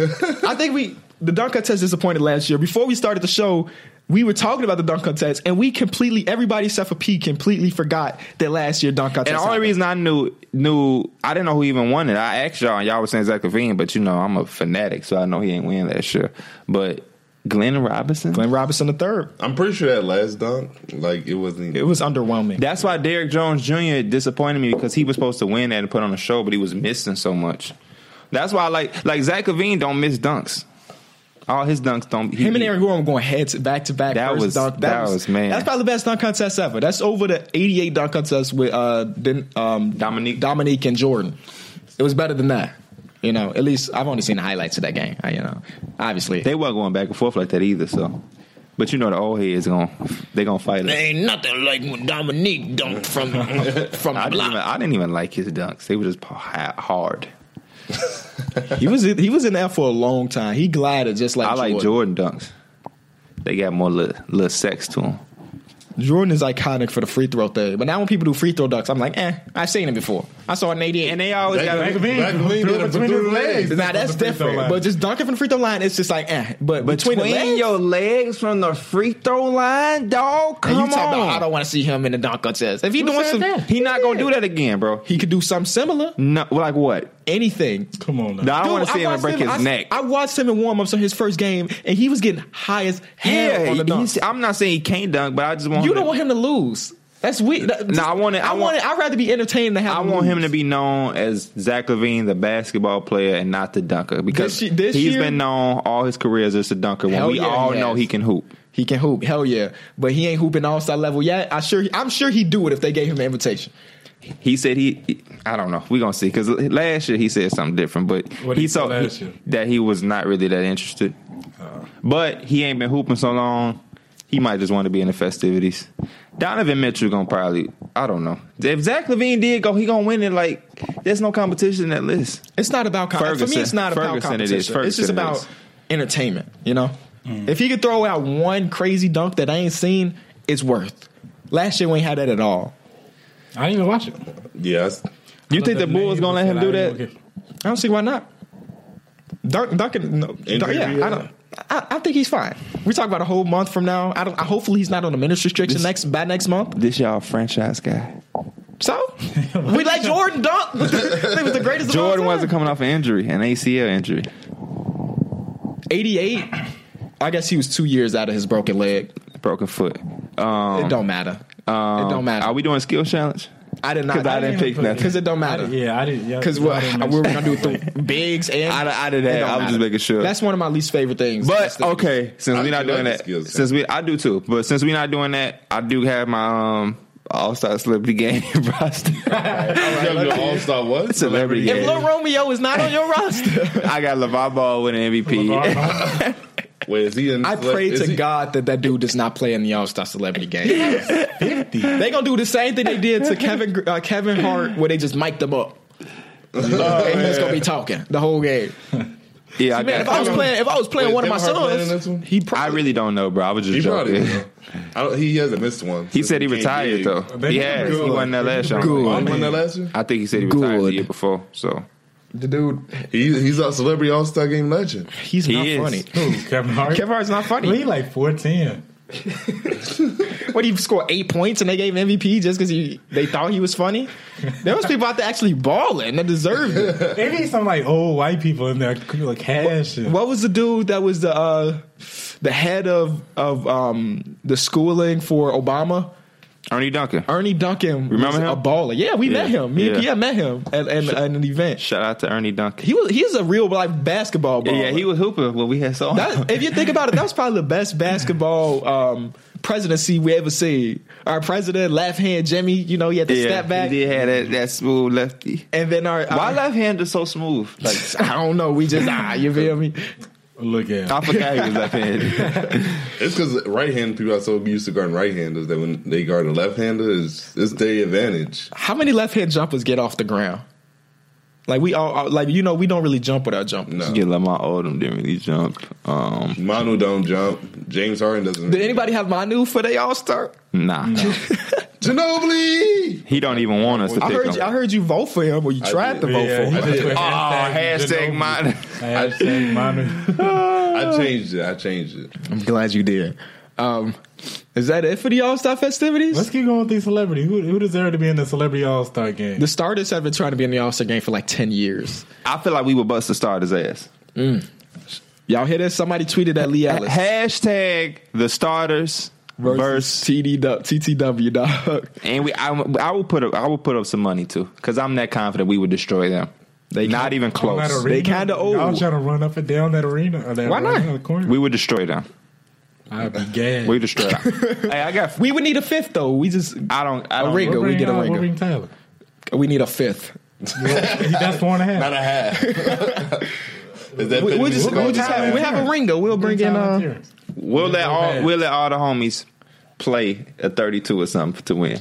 S1: I think we the dunk contest disappointed last year. Before we started the show, we were talking about the dunk contest, and we completely everybody except for P completely forgot that last year dunk contest.
S2: And the only
S1: happened.
S2: reason I knew knew I didn't know who even won it. I asked y'all, and y'all were saying Zach Levine, but you know I'm a fanatic, so I know he ain't win last year. But Glenn Robinson.
S1: Glenn Robinson the third,
S4: I'm pretty sure that last dunk, like it wasn't.
S1: it was underwhelming.
S2: That's why Derrick Jones Jr. disappointed me because he was supposed to win that and put on a show, but he was missing so much. That's why, I like, like Zach Levine don't miss dunks. All his dunks don't. He,
S1: Him and Aaron Gordon were going head to back to back.
S2: That
S1: first
S2: was-
S1: dunk.
S2: that was- man.
S1: That's probably the best dunk contest ever. That's over the '88 dunk contest with uh, Den, um,
S2: Dominique.
S1: Dominique and Jordan. It was better than that. You know, at least I've only seen the highlights of that game. I, you know, obviously
S2: They weren't going back and forth like that either. So, but you know the old heads gonna they gonna fight it.
S1: ain't nothing like when Dominique dunked from from
S2: I didn't, even, I didn't even like his dunks. They were just ha- hard.
S1: He was he was in there for a long time. He glided just like
S2: I
S1: Jordan.
S2: like Jordan dunks. They got more little, little sex to them.
S1: Jordan is iconic for the free throw thing. But now when people do free throw dunks, I'm like, eh, I've seen him before. I saw it in '88.
S2: And they always
S4: They-
S2: got
S4: they-
S3: Back of me.
S4: Back of me,
S3: Threw
S4: did
S3: it
S4: it
S3: between his legs.
S1: Now that's
S3: From the free throw
S1: different,
S3: line.
S1: but just dunking from the free throw line, it's just like, eh. But between, the legs,
S2: legs from the free throw line, dog.
S1: and you talk about, I don't want to see him in the dunk contest. If he
S2: He
S1: doing
S2: doing
S1: some,
S2: some, he not gonna do that again, bro.
S1: He could do something similar.
S2: No, like what?
S1: Anything.
S3: Come on now.
S2: No, I don't want
S1: Dude,
S2: to see him
S1: watched
S2: break his
S1: I,
S2: neck.
S1: I watched him in warm ups on his first game, and he was getting high as hell
S2: yeah,
S1: on the dunk.
S2: he's- I'm not saying he can't dunk, but I just want
S1: You
S2: him
S1: don't
S2: to,
S1: want him to lose. That's weird. That-
S2: No, I want it- I
S1: I
S2: want-
S1: want. it- I'd rather be entertained than have.
S2: I want him to be known as Zach Levine, the basketball player, and not the dunker because
S1: This
S2: he's
S1: ye- this year-
S2: been known all his career as just a dunker. When
S1: Hell
S2: we
S1: yeah,
S2: all
S1: he
S2: know
S1: has.
S2: he can hoop.
S1: He can hoop, hell yeah, but he ain't hooping all star level yet. I sure. I'm sure he'd do it if they gave him an invitation.
S2: He said he, he- I don't know. We gonna see because last year he said something different, but
S3: What
S2: he
S3: he
S2: saw
S3: said last year?
S2: that he was not really that interested.
S3: Uh,
S2: But he ain't been hooping so long. He might just want to be in the festivities. Donovan Mitchell gonna probably, I don't know. If Zach Levine did go, he gonna win it. Like there's no competition in that list.
S1: It's not about com- for
S2: Ferguson.
S1: me. It's not about
S2: Ferguson it is.
S1: competition. it's
S2: Ferguson
S1: just
S2: it
S1: about
S2: is. Mm.
S1: entertainment. You know, if he could throw out one crazy dunk that I ain't seen, it's worth. Last year we ain't had that at all.
S3: I didn't even watch it.
S4: Yes,
S2: You think the Bulls gonna let him do that?
S1: I don't see why not. Dunk, Duncan, no, Dun-
S4: Injury,
S1: yeah,
S4: yeah.
S1: I don't. I, I think he's fine. We talk about a whole month from now. I don't. I, hopefully, he's not on a minutes restriction next by next month.
S2: This y'all franchise guy.
S1: So we let Jordan dunk. it was the greatest.
S2: Jordan
S1: of all time.
S2: wasn't coming off an injury, an ACL injury.
S1: 88. I guess he was two years out of his broken leg.
S2: Broken foot. Um,
S1: it don't matter.
S2: um,
S1: it don't matter.
S2: Are we doing skill challenge?
S1: I did not.
S2: 'Cause I didn't pick
S1: put it.
S2: nothing.
S1: Cause it don't
S3: I
S1: matter.
S3: didn't- yeah, I didn't.
S1: Cause what we are gonna do th- bigs and
S2: Out of- out of
S1: It
S2: that,
S1: don't
S2: I was just
S1: matter.
S2: making sure.
S1: That's one of my least favorite things. That's
S2: But
S1: the-
S2: okay, since
S4: I
S2: we're not
S4: do like
S2: doing
S4: the
S2: that,
S4: skills.
S2: since we I do too, but since we're not doing that, I do have my um All Star Celebrity Game roster.
S4: All Star what?
S2: Celebrity
S1: If Lil
S2: Game.
S1: Romeo is not on your roster,
S2: I got LeVar Ball winning MVP.
S4: Wait, is he in?
S1: I
S4: sele-
S1: pray
S4: is
S1: to
S4: he-
S1: God that that dude does not play in the All Star Celebrity Game.
S3: Fifty.
S1: they gonna do the same thing they did to Kevin Gr- uh, Kevin Hart, where they just mic'd him up. and he's gonna be talking the whole game.
S2: Yeah, I,
S1: Man, if
S2: got,
S1: I was playing, if I was playing
S4: Wait,
S1: one of my
S4: Kevin Hart playing in
S1: sons,
S4: this one?
S1: he
S2: I
S1: probably
S2: really don't know, bro. I was just
S4: He probably.
S2: joking.
S4: will. I don't, he hasn't missed one.
S2: He said he retired though.
S3: They
S2: Yeah, he
S3: good.
S2: won that last year.
S1: Good.
S4: Won that last year.
S2: I think he said he retired the
S1: Good.
S2: year before. So
S1: the dude.
S4: He, he's a celebrity All Star game legend.
S1: He's
S2: He
S1: not
S2: is.
S1: funny.
S3: Who, Kevin Hart.
S1: Kevin Hart's not
S3: Well,
S1: funny.
S3: he like fourteen.
S1: What he scored eight points and they gave him MVP just because he they thought he was funny. There was people out there actually balling that deserved it.
S3: They need some like old white people in there, like cash. and-
S1: What was the dude that was the uh, the head of of um, the schooling for Obama?
S2: Ernie Duncan.
S1: Ernie Duncan. was
S2: Remember him?
S1: A baller. Yeah, we met him. Me and
S2: Yeah.
S1: Pierre met him at, at, at an event.
S2: Shout out to Ernie Duncan.
S1: He was he's a real life basketball baller.
S2: Yeah, he was hooping when we had so.
S1: That, if you think about it, that was probably the best basketball um, presidency we ever seen. Our president, left hand Jimmy, you know, he had to step back,
S2: He did have that, that smooth lefty.
S1: and then our,
S2: Why
S1: our-
S2: left hand is so smooth? Like
S1: I don't know. We just ah, you feel me?
S3: Look at. him.
S2: I forgot he was left handed.
S4: It's because right hand people are so used to guarding right handers that when they guard a left hander, it's, it's their advantage.
S1: How many left hand jumpers get off the ground? Like we all like you know we don't really jump with our jumpers.
S4: No.
S2: yeah, Lamar Odom didn't really jump. Um,
S4: Manu don't jump. James Harden doesn't.
S1: Did anybody have Manu for they all star?
S2: nah,
S4: Ginobili.
S2: he don't even want us to
S1: I
S2: pick
S1: heard
S2: him.
S1: you, I heard you vote for him or you
S4: I
S1: tried
S4: did.
S1: to vote
S3: Yeah,
S1: for
S3: he
S1: him. Ah,
S3: just
S2: oh,
S3: put
S2: hashtag
S3: Ginobili.
S2: mine.
S3: Hashtag Manu.
S4: I changed it. I changed it.
S1: I'm glad you did. Um, is that it for the All Star festivities?
S3: Let's keep going with these celebrities. Who, who deserve to be in the celebrity all star game?
S1: the starters have been trying to be in the All Star game for like ten years.
S2: I feel like we would bust the starter's ass.
S1: Y'all hear this? Somebody tweeted at Lee Ellis
S2: Hashtag the starters versus.
S1: versus TD dub- TTW dog.
S2: and we. I, I will put up. I will put up some money too, because I'm that confident we would destroy them. They not even
S3: That
S2: close.
S3: arena?
S1: kinda
S3: Y'all
S1: old.
S3: trying to run up and down that arena? Or that
S1: Why not?
S3: arena corner?
S2: We would destroy them.
S3: I'd be gassed.
S2: We would destroy them. hey, I got.
S1: We would need a fifth though. We just
S2: I don't. I
S1: A
S2: don't.
S1: ringer.
S3: We'll
S1: we
S3: bring,
S1: get a
S3: uh,
S1: ringer.
S3: We'll bring Tyler.
S1: we need a fifth.
S3: That's four and a half.
S4: Not a half. Is that
S1: We,
S4: fitting
S1: we'll
S4: the
S1: just,
S4: scope?
S1: we'll just have, we have a ringer. We'll bring in. Uh,
S3: Terrence.
S2: We'll let all.
S3: bad.
S2: We'll let all the homies play a 32 or something to win.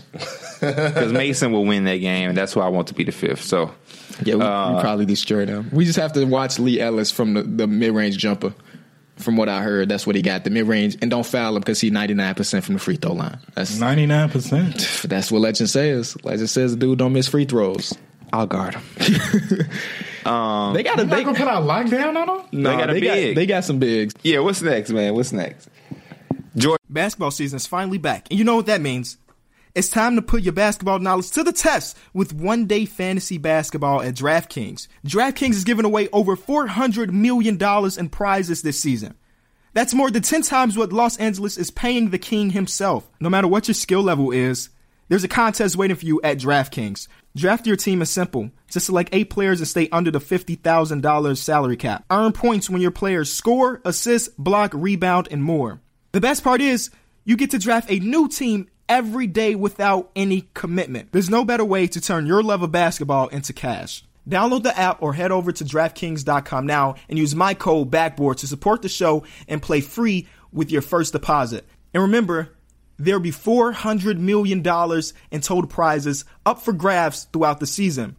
S2: Because Mason will win that game, and that's why I want to be the fifth. So
S1: yeah, we,
S2: Uh,
S1: we probably destroy them. We just have to watch Lee Ellis from the, the mid range jumper. From what I heard, that's what he got the mid range, and don't foul him because he's ninety nine percent from the free throw line. That's
S3: 99%.
S1: that's what legend says. Legend says the dude don't miss free throws.
S2: I'll guard him. Um,
S1: they got a
S3: They
S1: they,
S3: gonna put out lockdown on them?
S1: nah,
S2: they got a
S1: they
S2: big.
S1: got they got some bigs.
S2: yeah. What's next, man? What's next?
S5: Basketball season is finally back, and you know what that means. It's time to put your basketball knowledge to the test with one day fantasy basketball at DraftKings. DraftKings is giving away over $400 million in prizes this season. That's more than 10 times what Los Angeles is paying the king himself. No matter what your skill level is, there's a contest waiting for you at DraftKings. Draft your team is simple. Just select eight players and stay under the $50,000 salary cap. Earn points when your players score, assist, block, rebound, and more. The best part is, you get to draft a new team every day without any commitment. There's no better way to turn your love of basketball into cash. Download the app or head over to DraftKings.com now and use my code BACKBOARD to support the show and play free with your first deposit. And remember, there'll be $400 million in total prizes up for grabs throughout the season.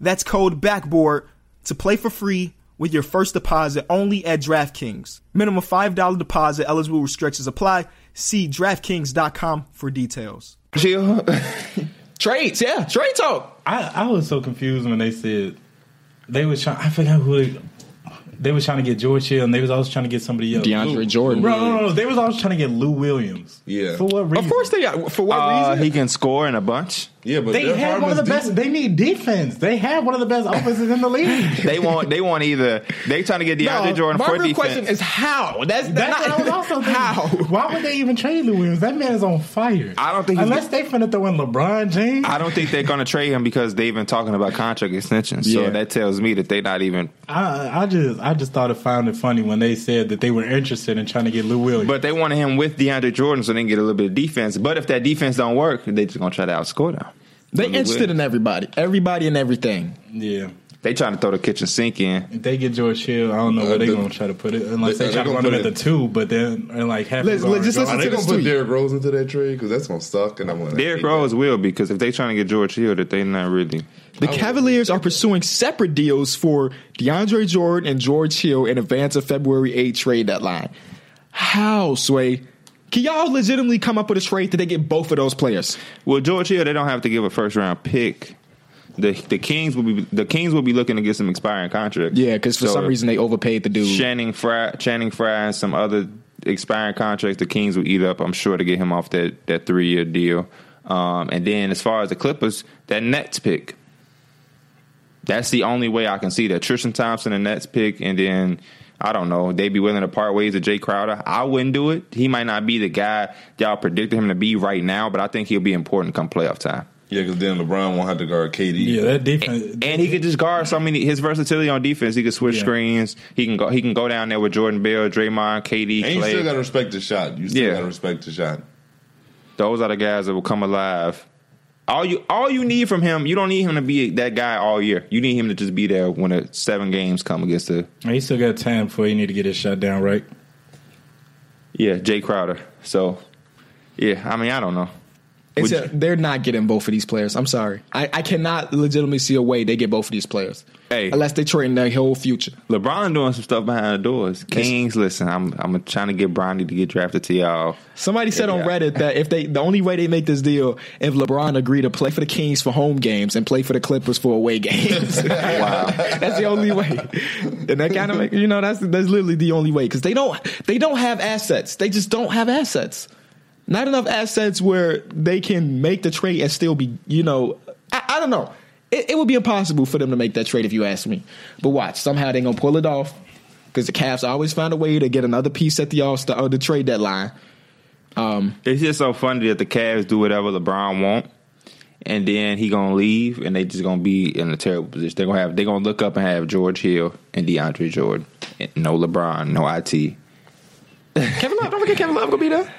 S5: That's code BACKBOARD to play for free with your first deposit only at DraftKings. Minimum $5 deposit, eligible restrictions apply. See DraftKings.com for details.
S2: Chill.
S1: Uh, Trades, yeah, trade talk.
S3: I, I was so confused when they said they was trying. I forgot who they, they was trying to get George Hill, and they was also trying to get somebody else.
S1: DeAndre Jordan.
S3: Bro, no, no, no, they was also trying to get Lou Williams.
S4: Yeah.
S3: for what reason?
S1: Of course they got. For what
S2: Uh,
S1: reason?
S2: he can score in a bunch.
S4: Yeah, but
S3: They
S4: their
S3: have one of the
S4: hardman's
S3: best.
S4: deep.
S3: They need defense. They have one of the best offenses in the league.
S2: They want they want either they trying to get DeAndre Jordan
S1: my
S2: for
S1: real
S2: defense.
S1: question is how. That's,
S3: That's
S1: not,
S3: what I was also thinking.
S1: how.
S3: Why would they even trade Lou Williams? That man is on fire.
S2: I don't think he's-
S3: unless they finna throw in LeBron James.
S2: I don't think they're going to trade him because they've been talking about contract extensions.
S1: Yeah.
S2: So that tells me that they're not even.
S3: I, I just I just thought it found it funny when they said that they were interested in trying to get Lou Williams.
S2: But they wanted him with DeAndre Jordan, so they can get a little bit of defense. But if that defense don't work, they just going to try to outscore them.
S1: They
S2: Lou
S1: interested
S2: Williams.
S1: in everybody, everybody and everything.
S3: yeah,
S2: They trying to throw the kitchen sink in.
S3: if they get George Hill, I don't know
S4: Uh,
S3: where they
S4: the-
S3: gonna try to put it unless they,
S4: they- they
S3: try to
S4: gonna
S3: run him
S4: put
S3: at the
S4: it-
S3: two. But then and like half
S1: Let's-
S3: of
S1: let's just
S3: our-
S1: listen
S4: Are they
S1: to
S4: gonna
S1: this
S4: put
S1: tweet.
S4: Derrick Rose into that trade? Because that's gonna suck, and I'm gonna.
S2: Derrick
S4: hate that.
S2: Rose will because if they trying to get George Hill, that they not really.
S1: The Cavaliers are pursuing separate deals for DeAndre Jordan and George Hill in advance of February 8 trade deadline. How, Sway? Can y'all legitimately come up with a trade that they get both of those players?
S2: Well, George Hill, they don't have to give a first round pick. The the Kings will be the Kings will be looking to get some expiring contracts.
S1: Yeah, because for
S2: So
S1: some reason they overpaid the dude.
S2: Channing Fry, Channing Fry, and some other expiring contracts the Kings will eat up. I'm sure to get him off that that three year deal. Um, and then as far as the Clippers, that Nets pick. That's the only way I can see that Tristan Thompson and Nets pick, and then I don't know they'd be willing to part ways with Jay Crowder. I wouldn't do it. He might not be the guy y'all predicted him to be right now, but I think he'll be important come playoff time.
S4: Yeah, because then LeBron won't have to guard KD.
S3: yeah, that defense.
S2: And he could just guard so many. His versatility on defense, he could switch
S3: Yeah.
S2: screens. He can go. He can go down there with Jordan Bell, Draymond, KD,
S4: and you
S2: Clay.
S4: still gotta respect the shot. You still
S2: Yeah.
S4: gotta respect the shot.
S2: Those are the guys that will come alive. All you all you need from him, you don't need him to be that guy all year. You need him to just be there when the seven games come against the
S3: he still got time before he need to get his shot down right.
S2: yeah Jay Crowder. So yeah, I mean I don't know.
S1: It's
S2: Would
S1: a-
S2: you-
S1: they're not getting both of these players. I'm sorry. I, I cannot legitimately see a way they get both of these players.
S2: Hey.
S1: Unless they trade their whole future.
S2: LeBron doing some stuff behind the doors. Kings, listen, I'm I'm trying to get Bronny to get drafted to y'all.
S1: Somebody said on
S2: Yeah.
S1: Reddit that if they the only way they make this deal if LeBron agreed to play for the Kings for home games and play for the Clippers for away games. wow, that's the only way. And that kind of make, you know that's that's literally the only way because they don't they don't have assets. They just don't have assets. Not enough assets where they can make the trade and still be you know I, I don't know. It, it would be impossible for them to make that trade if you ask me. But watch, somehow they're gonna pull it off because the Cavs always find a way to get another piece at the all star the trade deadline.
S2: It's just so funny that the Cavs do whatever LeBron want, and then he gonna leave, and they just gonna be in a terrible position. They gonna have they gonna look up and have George Hill and DeAndre Jordan, and no LeBron, no IT.
S1: Kevin Love, don't forget Kevin Love gonna be there.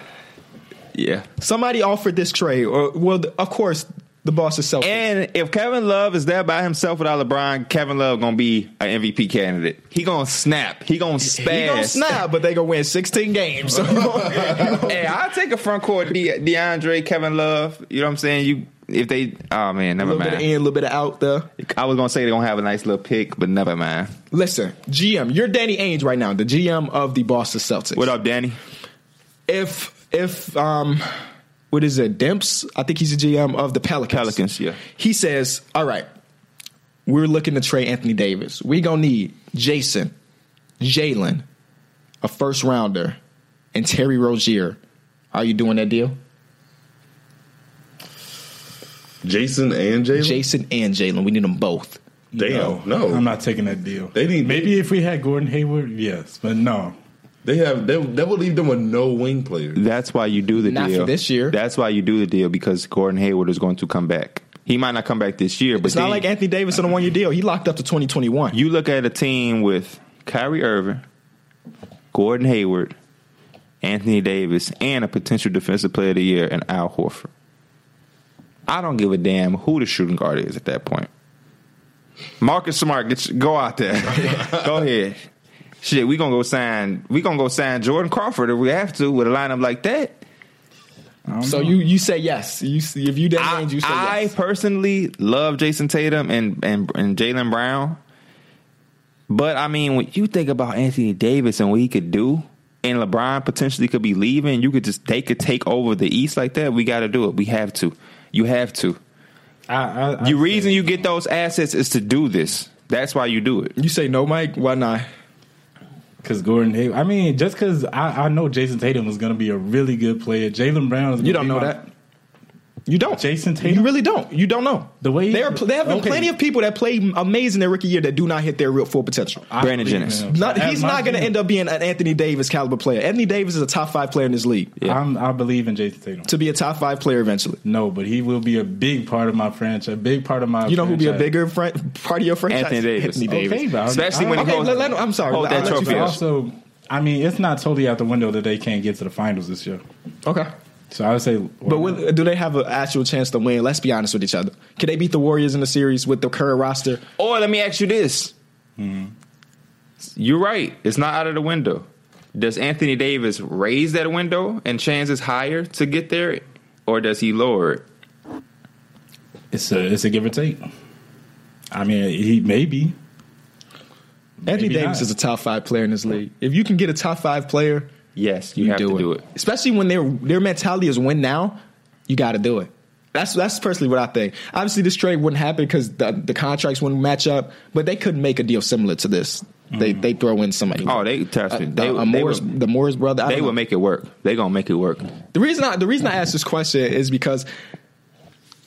S2: Yeah,
S1: Somebody offered this trade, or well, th- of course the boss is selfish.
S2: and if Kevin Love is there by himself without LeBron, Kevin Love gonna be an MVP candidate. He gonna snap. He gonna spaz.
S1: he gonna snap, but they gonna win 16 games. So
S2: Hey, I'll take a front court De- DeAndre, Kevin Love. You know what I'm saying? You if they oh man,
S1: a
S2: never
S1: little bit of in,
S2: mind.
S1: a little bit of out there.
S2: I was gonna say they're gonna have a nice little pick, but never mind.
S1: Listen, GM, you're Danny Ainge right now, the GM of the Boston Celtics.
S2: What up, Danny?
S1: If if um, what is it? Demps, I think he's the GM of the Pelicans.
S2: Pelicans, yeah.
S1: He says, "All right, we're looking to trade Anthony Davis. We gonna need Jason, Jalen, a first rounder, and Terry Rozier. Are you doing that deal?
S4: Jason and Jalen.
S1: Jason and Jalen. We need them both.
S4: Damn, no,
S3: I'm not taking that deal.
S4: They need-
S3: maybe if we had Gordon Hayward, yes, but no.
S4: They have they, that would leave them with no wing player.
S2: That's why you do the
S1: Not for
S2: deal
S1: this year.
S2: That's why you do the deal because Gordon Hayward is going to come back. He might not come back this year, but
S1: It's not
S2: then
S1: like Anthony Davis on a one year deal. He locked up to 2021.
S2: you look at a team with Kyrie Irving, Gordon Hayward, Anthony Davis, and a potential defensive player of the year and Al Horford. I don't give a damn who the shooting guard is at that point. Marcus Smart, get your- go out there. go ahead. Shit, we gonna go sign. We gonna go sign Jordan Crawford if we have to with a lineup like that.
S1: so you you say yes. You s- if you Danny
S2: I,
S1: Ainge, you say
S2: I
S1: yes.
S2: personally love Jason Tatum and and, and Jalen Brown, but I mean, when you think about Anthony Davis and what he could do, and LeBron potentially could be leaving, you could just they could take over the East like that. We got to do it. We have to. You have to.
S3: I, I, I
S2: The reason you get those assets is to do this. That's why you do it.
S1: You say no, Mike. Why not?
S3: Because Gordon Hayward. I mean, just because I, I know Jason Tatum is going to be a really good player. Jalen Brown is.
S1: You
S3: gonna
S1: don't
S3: be
S1: know
S3: my-
S1: that. You don't.
S3: Jason Tatum?
S1: You really don't. You don't know.
S3: The way-
S1: there, are, pl- there have been
S3: okay.
S1: plenty of people that play amazing their rookie year that do not hit their real full potential.
S3: I
S2: Brandon
S3: believe in
S2: Jennings.
S3: him.
S1: Not,
S3: At
S1: he's
S3: my
S1: not going to
S3: team,
S1: end up being an Anthony Davis caliber player. Anthony Davis is a top five player in this league
S3: I'm, I believe in Jason Tatum.
S1: to be a top five player eventually.
S3: No, but he will be a big part of my franchise. A big part of my.
S1: You know who'd be a
S3: franchise.
S1: bigger fri- part of your franchise?
S2: Anthony Davis.
S1: Anthony Davis.
S3: Okay, but
S2: Especially when he
S1: Okay,
S2: holds,
S1: let- let him- I'm sorry,
S2: hold
S1: I'll
S2: that
S1: let you
S2: trophy.
S3: But
S1: finish.
S2: up.
S3: also, I mean, it's not totally out the window that they can't get to the finals this year.
S1: Okay.
S3: So I would say,
S1: But when, do they have an actual chance to win? Let's be honest with each other. Can they beat the Warriors in the series with the current roster?
S2: Or let me ask you this. You're right. It's not out of the window. Does Anthony Davis raise that window and chances higher to get there, or does he lower it?
S3: it's a it's a give or take. I mean, he maybe.
S1: Anthony
S3: Maybe
S1: Davis
S3: not.
S1: is a top five player in this league. If you can get a top five player,
S2: Yes, you, have to do it.
S1: Especially when their their mentality is win now, you got to do it. That's that's personally what I think. Obviously, this trade wouldn't happen because the, the contracts wouldn't match up, but they could make a deal similar to this. They they throw in somebody.
S2: Mm. Oh, they trust me.
S1: Uh,
S2: They,
S1: uh,
S2: they
S1: Morris,
S2: would-
S1: the Morris brother. I
S2: they
S1: don't know.
S2: will make it work. They gonna make it work.
S1: the reason I the reason I asked this question is because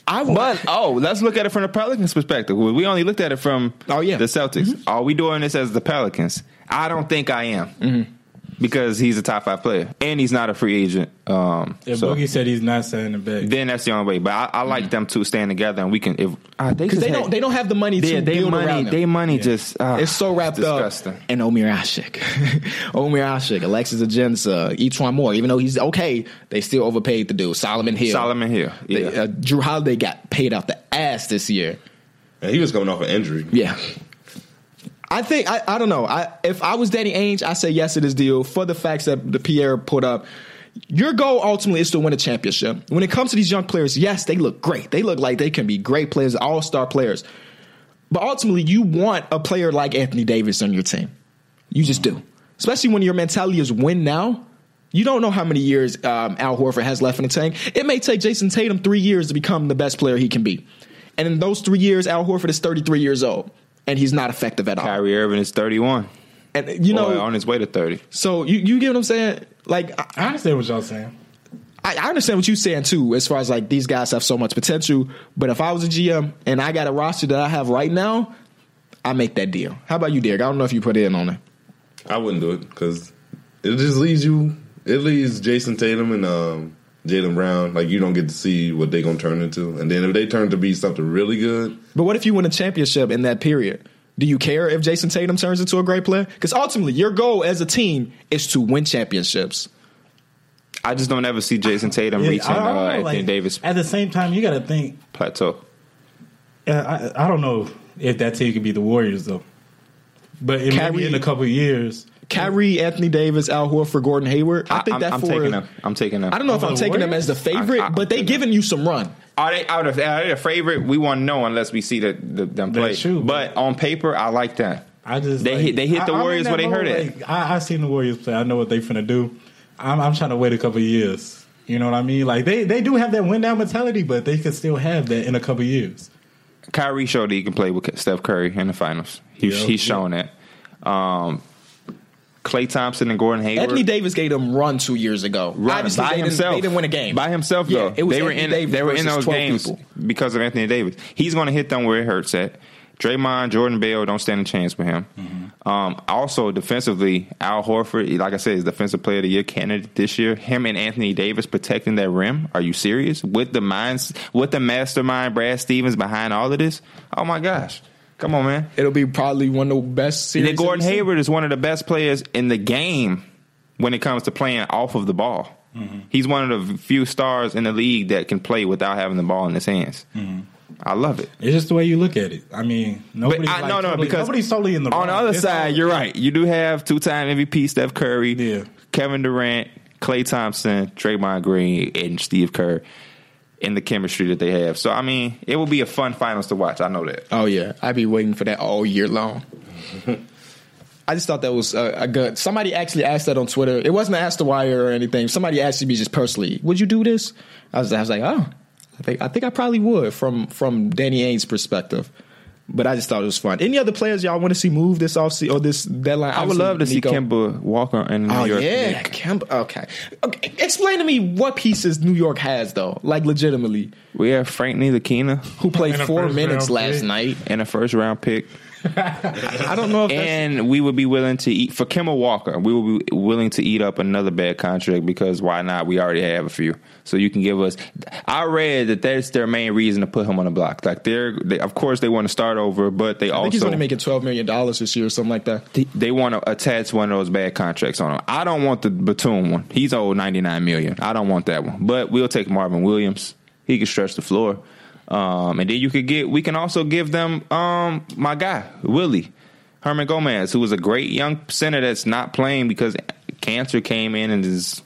S1: I would.
S2: But oh, let's look at it from the Pelicans' perspective. We only looked at it from
S1: Oh, yeah.
S2: the Celtics. Are we doing this as the Pelicans? I don't think I am because he's a top five player and he's not a free agent. Um,
S3: If
S2: so
S3: Boogie said he's not signing it back,
S2: then that's the only way. But I, I like them to stand together and we can. If uh,
S1: because Ah, they don't they don't have the money to
S2: They, they
S1: build
S2: money.
S1: around them.
S2: They money just. Uh,
S1: It's so wrapped
S2: disgusting.
S1: up. And Omir Ashik. Omir Ashik, Alexis Agensa, Etwan Moore, even though he's okay, they still overpaid the dude. Solomon Hill.
S2: Solomon Hill,
S1: They-
S2: yeah.
S1: uh, Drew Holiday got paid out the ass this year.
S4: And he was coming off an injury.
S1: Yeah. I think I, I don't know. I if I was Danny Ainge, I say yes to this deal for the facts that the Pierre put up. Your goal ultimately is to win a championship. When it comes to these young players, yes, they look great. They look like they can be great players, all star players. But ultimately, you want a player like Anthony Davis on your team. You just do, especially when your mentality is win now. You don't know how many years um, Al Horford has left in the tank. It may take Jason Tatum three years to become the best player he can be, and in those three years, Al Horford is thirty three years old, and he's not effective at all.
S2: Kyrie Irving is thirty one.
S1: And you know,
S2: on his way to thirty.
S1: so you you get what I'm saying? Like I,
S3: I understand what y'all saying.
S1: I I understand what you're saying too, as far as like these guys have so much potential. But if I was a GM and I got a roster that I have right now, I make that deal. How about you, Derek? I don't know if you put in on it.
S4: I wouldn't do it because it just leaves you. It leaves Jason Tatum and um, Jalen Brown like you don't get to see what they gonna turn into, and then if they turn to be something really good,
S1: But what if you win a championship in that period? Do you care if Jason Tatum turns into a great player? Because ultimately, your goal as a team is to win championships.
S2: I just don't ever see Jason Tatum
S3: Yeah,
S2: reaching
S3: I don't know,
S2: uh, Anthony
S3: like,
S2: Davis
S3: At the same time, you got to think.
S2: plateau.
S3: uh, I, I don't know if that team could be the Warriors though, but it may
S1: Kyrie-
S3: be in a couple of years.
S1: Kyrie, Anthony Davis, Al Horford, Gordon Hayward. I think
S2: I'm,
S1: that
S2: I'm
S1: for
S2: taking them. I'm taking them.
S1: I don't know if
S3: Over
S1: I'm
S3: the
S1: taking them as
S3: Warriors?
S1: the favorite,
S2: I- I-
S1: but they giving you some run.
S2: Are they out of are they a favorite? We won't know unless we see the, the them
S3: That's
S2: play.
S3: true,
S2: but on paper, I like that.
S3: I just
S2: They
S3: like-
S2: hit- they hit the
S3: I'm in
S2: Warriors
S3: that
S2: where they
S3: mode,
S2: hurt it.
S3: Like, I, I seen the Warriors play. I know what they finna do. I'm, I'm trying to wait a couple of years. You know what I mean? Like they, they do have that win down mentality, but they could still have that in a couple of years.
S2: Kyrie showed that he can play with Steph Curry in the finals. He,
S3: Yeah.
S2: He's shown that. Um, Clay Thompson and Gordon Hayward.
S1: Anthony Davis gave them run two years ago.
S2: Run
S1: Obviously,
S2: by
S1: they didn't-
S2: himself.
S1: they didn't win a game
S2: By himself,
S1: Yeah,
S2: though.
S1: it was
S2: they were
S1: Anthony
S2: in
S1: Davis
S2: they were in
S1: versus
S2: those
S1: 12
S2: games
S1: people.
S2: because of Anthony Davis. He's going to hit them where it hurts at. Draymond, Jordan Bell don't stand a chance with him.
S1: Mm-hmm.
S2: Um, also, defensively, Al Horford, like I said, is defensive player of the year candidate this year. Him and Anthony Davis protecting that rim. Are you serious? With the minds, with the mastermind Brad Stevens behind all of this. Oh my gosh! Come on, man.
S1: It'll be probably one of the best series.
S2: Then Gordon
S1: that we've seen.
S2: Hayward is one of the best players in the game when it comes to playing off of the ball.
S3: Mm-hmm.
S2: He's one of the few stars in the league that can play without having the ball in his hands.
S3: Mm-hmm.
S2: I love it.
S3: It's just the way you look at it. I mean,
S2: But
S3: nobody's
S2: I,
S3: like
S2: no, no,
S3: totally,
S2: because
S3: nobody's totally in the
S2: on the
S3: wrong.
S2: other
S3: It's
S2: side,
S3: all-
S2: you're right. You do have two-time MVP Steph Curry,
S3: Yeah.
S2: Kevin Durant, Clay Thompson, Draymond Green, and Steve Kerr, and the chemistry that they have. So I mean, it will be a fun finals to watch. I know that.
S1: Oh yeah, I'd be waiting for that all year long. I just thought that was a, a good. Somebody actually asked that on Twitter. It wasn't asked the wire or anything. Somebody asked me just personally, "Would you do this?" I was, I was like, "Oh, I think I think I probably would." From from Danny Ainge's perspective, But I just thought it was fun. Any other players y'all want to see move this offseason or this deadline?
S2: I would love to see Kemba Walker in New
S1: Oh
S2: York.
S1: yeah, Kemba. Okay. okay, explain to me what pieces New York has though, like legitimately,
S2: We have Frank Ntilikina
S1: who played
S3: And a
S1: four
S3: first
S1: minutes
S3: round
S1: last
S3: pick.
S1: night.
S2: and a first round pick,
S1: I don't know if that's
S2: and we would be willing to eat for Kemba Walker. We would be willing to eat up another bad contract because why not? We already have a few, so you can give us. I read that that's their main reason to put him on the block. Like they're, they, of course, they want to start over, but they
S1: I think he's
S2: also
S1: only making twelve million dollars this year or something like that.
S2: th- they want to attach one of those bad contracts on him. I don't want the Batum one. He's owed ninety nine million. I don't want that one. But we'll take Marvin Williams. He can stretch the floor. Um, and then you could get. We can also give them um, my guy Willie Herman Gomez, who was a great young center that's not playing because cancer came in and is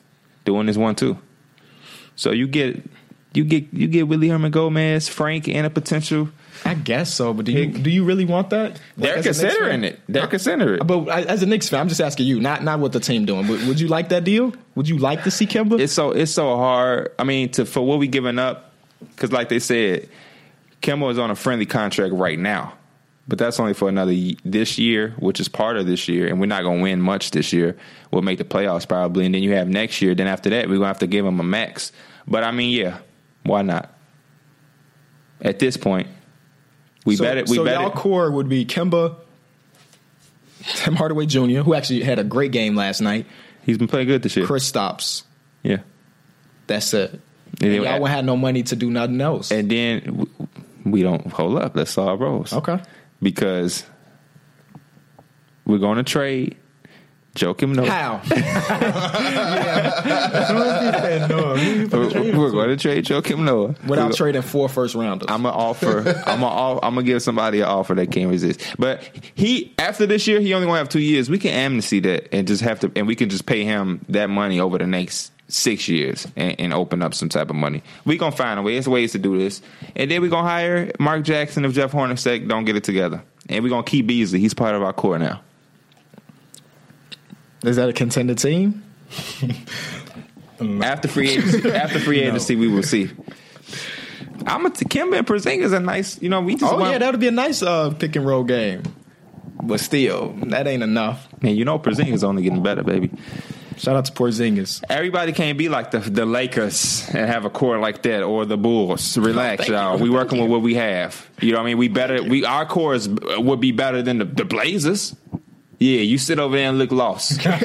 S2: doing this one too. So you get you get you get Willie Herman Gomez, Frank, and a potential.
S1: I guess so, but do you
S2: Pick.
S1: do you really want that? Like,
S2: They're
S1: as a Knicks fan?
S2: considering it. They're considering it.
S1: But I- as a Knicks fan, I'm just asking you, not not what the team doing. Would, would you like that deal? Would you like to see Kemba?
S2: it's so it's so hard. I mean, to for what we giving up, because like they said, Kemba is on a friendly contract right now, but that's only for another ye- this year, which is part of this year, and we're not gonna win much this year. We'll make the playoffs probably, and then you have next year. Then after that, we're gonna have to give him a max. But I mean, yeah, why not? At this point, we
S1: so,
S2: bet it. We
S1: so
S2: bet
S1: y'all
S2: it.
S1: core would be Kemba, Tim Hardaway Jr., who actually had a great game last night.
S2: He's been playing good this year.
S1: Chris stops.
S2: yeah,
S1: That's it.
S2: Yeah,
S1: And y'all
S2: I-
S1: would have no money to do nothing else.
S2: and then w- we don't hold up. Let's solve roles.
S1: okay.
S2: because we're going to trade Joakim Noah.
S1: How?
S2: We're, going to trade Joakim Noah
S1: Without
S2: We're-
S1: trading four first rounders.
S2: I'm gonna offer. I'm gonna. off- I'm gonna give somebody an offer they can't resist. But he after this year, he only gonna have two years. We can amnesty that and just have to, and we can just pay him that money over the next six years and, and open up some type of money. We gonna find a way. There's ways to do this, and then we gonna hire Mark Jackson if Jeff Hornacek don't get it together, and we gonna keep Beasley. He's part of our core now.
S1: Is that a contender team?
S2: After free agency, after free agency, we will see. I'm a Kimba and Porzingis are nice. You know, we just
S1: Oh
S2: want,
S1: yeah, that would be a nice uh, pick and roll game. But still, that ain't enough.
S2: man. You know, Porzingis only getting better, baby.
S1: Shout out to Porzingis.
S2: Everybody can't be like the the Lakers and have a core like that or the Bulls. Relax, y'all. We working with what we have. You know, what I mean, we better. We our core is, would be better than the, the Blazers. Yeah, you sit over there and look lost.
S4: I'm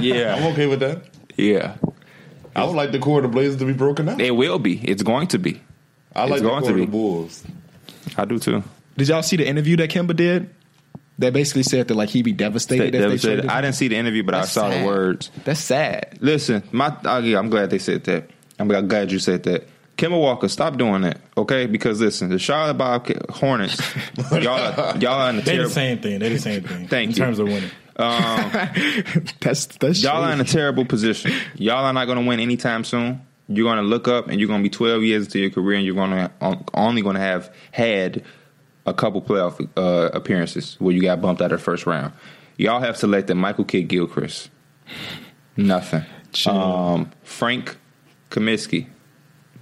S2: yeah,
S4: okay with that.
S2: yeah.
S4: I would like the core of the Blazers to be broken up.
S2: It will be. It's going to be.
S4: I
S2: it's
S4: like the
S2: going
S4: core
S2: to
S4: of the
S2: be.
S4: Bulls.
S2: I do too.
S1: Did y'all see the interview that Kimba did? That basically said that like he'd be devastated. if
S2: Devin
S1: they
S2: said-
S1: traded
S2: I
S1: him?
S2: didn't see the interview, but I
S1: That's
S2: saw
S1: sad.
S2: the words.
S1: That's sad.
S2: Listen, my I, yeah, I'm glad they said that. I'm glad- glad you said that. Kemba Walker, stop doing that, okay? Because listen, the Charlotte Bob Hornets, y'all, are, y'all are in a
S3: They the
S2: terrible,
S3: same thing. They the same thing.
S2: Thank
S3: in
S2: you.
S3: terms of winning.
S1: That's that's
S2: y'all are in
S1: shady.
S2: a terrible position. Y'all are not going to win anytime soon. You're going to look up, and you're going to be 12 years into your career, and you're going to only going to have had a couple playoff uh, appearances where you got bumped out of the first round. Y'all have selected Michael Kidd Gilchrist. Nothing.
S1: Chill.
S2: Um, Frank Kaminsky.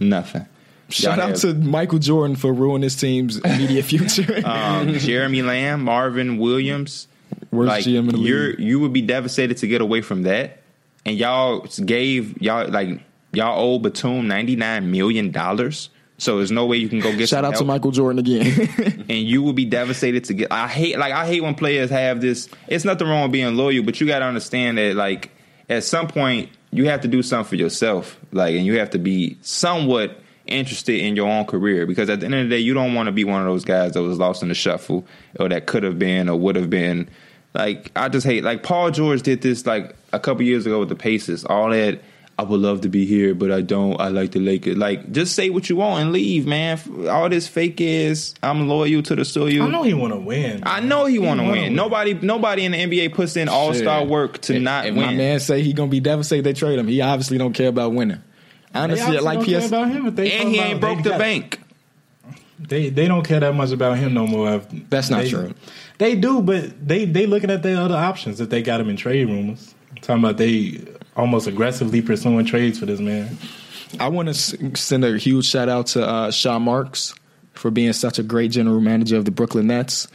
S2: Nothing.
S1: Shout
S2: Y'all
S1: out
S2: have-
S1: to Michael Jordan for ruining his team's immediate future.
S2: um, Jeremy Lamb, Marvin Williams.
S1: Worst GM in the
S2: you're,
S1: league.
S2: You would be devastated to get away from that. And y'all gave y'all like y'all owe Batum ninety nine million dollars. So there's no way you can go get.
S1: Shout
S2: some
S1: out to
S2: help.
S1: Michael Jordan again.
S2: And you would be devastated to get. I hate like I hate when players have this. It's nothing wrong with being loyal, but you got to understand that like at some point you have to do something for yourself. Like and you have to be somewhat interested in your own career because at the end of the day you don't want to be one of those guys that was lost in the shuffle or that could have been or would have been. Like I just hate like Paul George did this like a couple years ago with the Pacers. All that I would love to be here, but I don't. I like the Lakers. Like just say what you want and leave, man. All this fake is I'm loyal to the soil.
S3: I know he want to win.
S2: I know he want to
S3: wanna
S2: win.
S3: win.
S2: Nobody, nobody in the NBA puts in all star
S1: Shit.
S2: work to
S1: If-
S2: not
S1: if
S2: win.
S1: My man say he gonna be devastated. They trade him. He obviously don't care about winning.
S3: They
S1: Honestly,
S3: obviously
S1: like
S3: don't care
S1: PS,
S3: about him, but they
S2: and he
S3: talking
S2: ain't
S3: about-
S2: broke
S3: they
S2: the
S3: got-
S2: bank.
S3: They they don't care that much about him no more. after-
S1: That's not
S3: they-
S1: true.
S3: They do, but they they looking at their other options that they got him in trade rumors. Talking about they almost aggressively pursuing trades for this man.
S1: I want to send a huge shout out to uh, Shaw Marks for being such a great general manager of the Brooklyn Nets.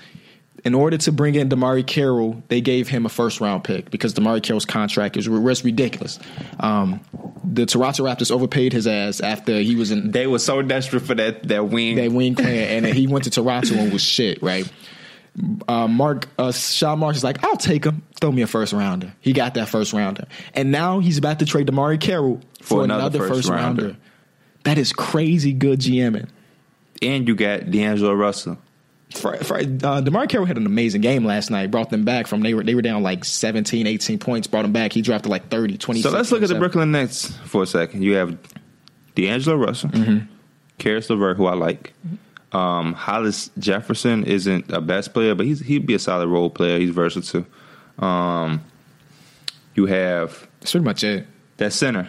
S1: In order to bring in Damari Carroll, they gave him a first round pick because Damari Carroll's contract is was ridiculous. Um, the Toronto Raptors overpaid his ass after he was in
S2: They were so desperate for that that wing.
S1: that wing clan, and he went to Toronto and was shit, right? Uh, Mark uh, Sean Marsh is like, I'll take him. Throw me a first rounder. He got that first rounder, and now he's about to trade Damari Carroll for, another, first, rounder. That is crazy good GMing.
S2: and you got D'Angelo Russell.
S1: Fr- Fr- uh, Damari Carroll had an amazing game last night. Brought them back from they were they were down like 17, 18 points. Brought them back. He dropped to like 30, 20.
S2: So let's look at the Brooklyn Nets for a second. You have D'Angelo Russell, Karis LeVert, who I like. Um, Hollis Jefferson isn't a best player, but he's he'd be a solid role player. He's versatile. Um, you have
S1: That's pretty much it.
S2: that center,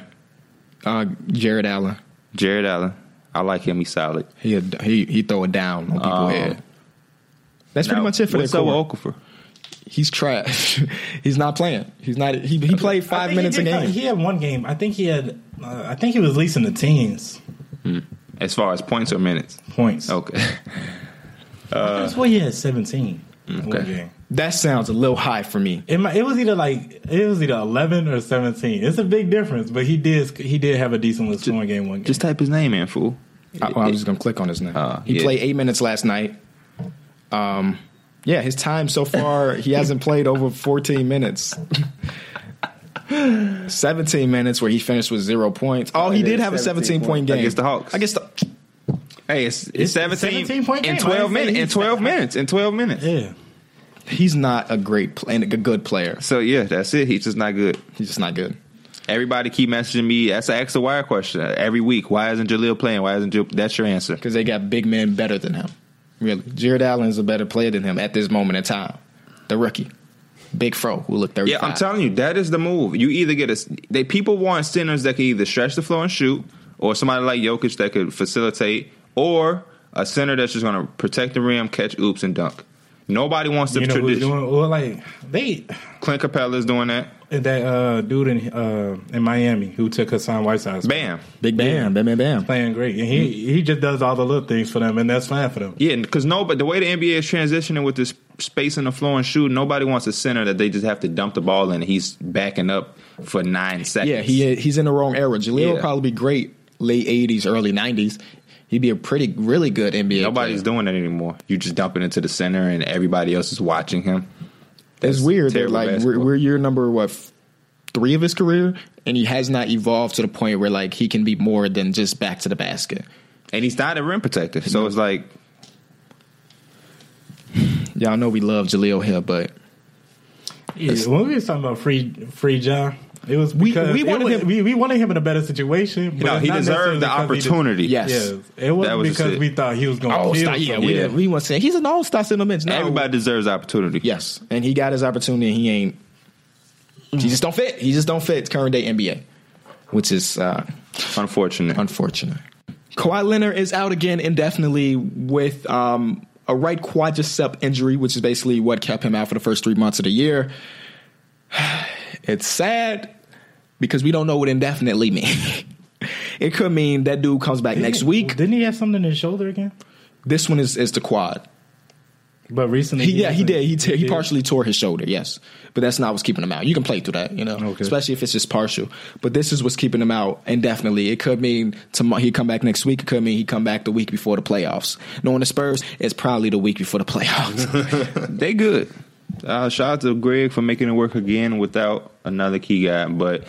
S1: Uh, Jared Allen.
S2: Jared Allen. I like him. He's solid.
S1: He he he throw it down on people's
S2: Oh.
S1: head. That's pretty
S2: Now,
S1: much it for
S2: what's
S1: that.
S2: up with Okafor?
S1: he's trash. he's not playing. He's not. He he played
S3: I
S1: five
S3: think he
S1: minutes a
S3: did-
S1: game.
S3: He had one game. I think he had. Uh, I think he was leasing the teens
S2: As far as points or minutes?
S3: points.
S2: Okay.
S3: That's why he had seventeen. One
S2: okay.
S3: game.
S1: That sounds a little high for me.
S3: It, might, it was either like it was either eleven or seventeen. It's a big difference, but he did he did have a decent little scoring game one game.
S2: Just type his name in, fool.
S1: I, well, I was just gonna click on his name.
S2: Uh,
S1: he
S2: yeah.
S1: played eight minutes last night. Um, yeah, his time so far he hasn't played over fourteen minutes. Seventeen minutes where he finished with zero points. Oh, he
S4: Yeah,
S1: did have a
S4: 17
S1: seventeen point game
S2: Against the Hawks.
S1: I guess the
S2: Hey, it's, it's,
S3: It's a
S2: 17,
S3: 17-point
S2: in
S3: game.
S2: 12
S3: I didn't
S2: minutes.
S3: say
S2: In
S3: he's
S2: 12
S3: bad.
S2: minutes. In 12 minutes.
S3: yeah,
S1: he's not a great play, and a good player.
S2: So, yeah, that's it. He's just not good.
S1: He's just not good.
S2: Everybody keep messaging me. That's an X or Y question every week. Why isn't Jaleel playing? Why isn't Jaleel? That's your answer.
S1: because they got big men better than him. Really, Jared Allen is a better player than him at this moment in time. The rookie, Big Fro, who looked thirty.
S2: Yeah, I'm telling you, that is the move. You either get a they people want centers that can either stretch the floor and shoot, or somebody like Jokic that could facilitate, or a center that's just going to protect the rim, catch oops, and dunk. Nobody wants the
S3: you know who's
S2: tradition.
S3: doing well. Like they
S2: Clint Capella's doing that.
S3: that uh, dude in uh, in Miami who took Hassan Whiteside
S2: Bam.
S1: Big Bam, Bam, Bam, Bam.
S3: playing great, and
S1: Mm-hmm.
S3: he he just does all the little things for them, and that's fine for them.
S2: Yeah, because no, but the way the NBA is transitioning with this space in the floor and shoot, nobody wants a center that they just have to dump the ball in. and He's backing up for nine seconds.
S1: Yeah, he uh, he's in the wrong era. Jaleel would
S2: Yeah.
S1: probably be great late '80s, early '90s. He'd be a pretty, really good NBA.
S2: Nobody's
S1: player.
S2: doing it anymore. You just dump it into the center, and everybody else is watching him.
S1: It's weird. That,
S2: terrible
S1: like we're,
S2: basketball.
S1: we're year number what f- three of his career, and he has not evolved to the point where like he can be more than just back to the basket.
S2: And he's not a rim protector, so it's like
S1: Y'all know we love Jaleel Hill, but
S3: Yeah, when we was talking about free free Ja, it was
S1: We-
S3: because
S1: we
S3: it
S1: wanted
S3: was-
S1: him-
S3: we, we wanted him in a better situation.
S2: no,
S3: it's
S2: he
S3: not necessarily
S2: deserved the
S3: because he did-
S2: opportunity.
S1: Yes.
S3: Yes, it wasn't
S2: That was just
S3: because
S2: it.
S3: we thought he was going to
S1: all
S3: kill.
S1: star, Oh, yeah,
S3: somebody.
S1: we
S2: Yeah.
S1: we want to say he's an all star center bench. No,
S2: everybody deserves opportunity.
S1: Yes, and he got his opportunity. and He ain't. He just don't fit. He just don't fit current day NBA, which is uh,
S2: unfortunate.
S1: unfortunate. Kawhi Leonard is out again indefinitely with um, a right quadricep injury, which is basically what kept him out for the first three months of the year. It's sad because we don't know what indefinitely means. it could mean that dude comes back next week.
S3: Didn't he have something in his shoulder again?
S1: This one is is the quad.
S3: But recently,
S1: He, yeah, he
S3: hasn't-
S1: did. He te- he
S3: did.
S1: partially tore his shoulder. Yes, but that's not what's keeping him out. You can play through that, you know,
S3: Okay.
S1: especially if it's just partial. But this is what's keeping him out indefinitely. It could mean tomorrow he come back next week. It could mean he come back the week before the playoffs. Knowing the Spurs, it's probably the week before the playoffs.
S2: They good. Uh, shout out to Greg for making it work again without another key guy, but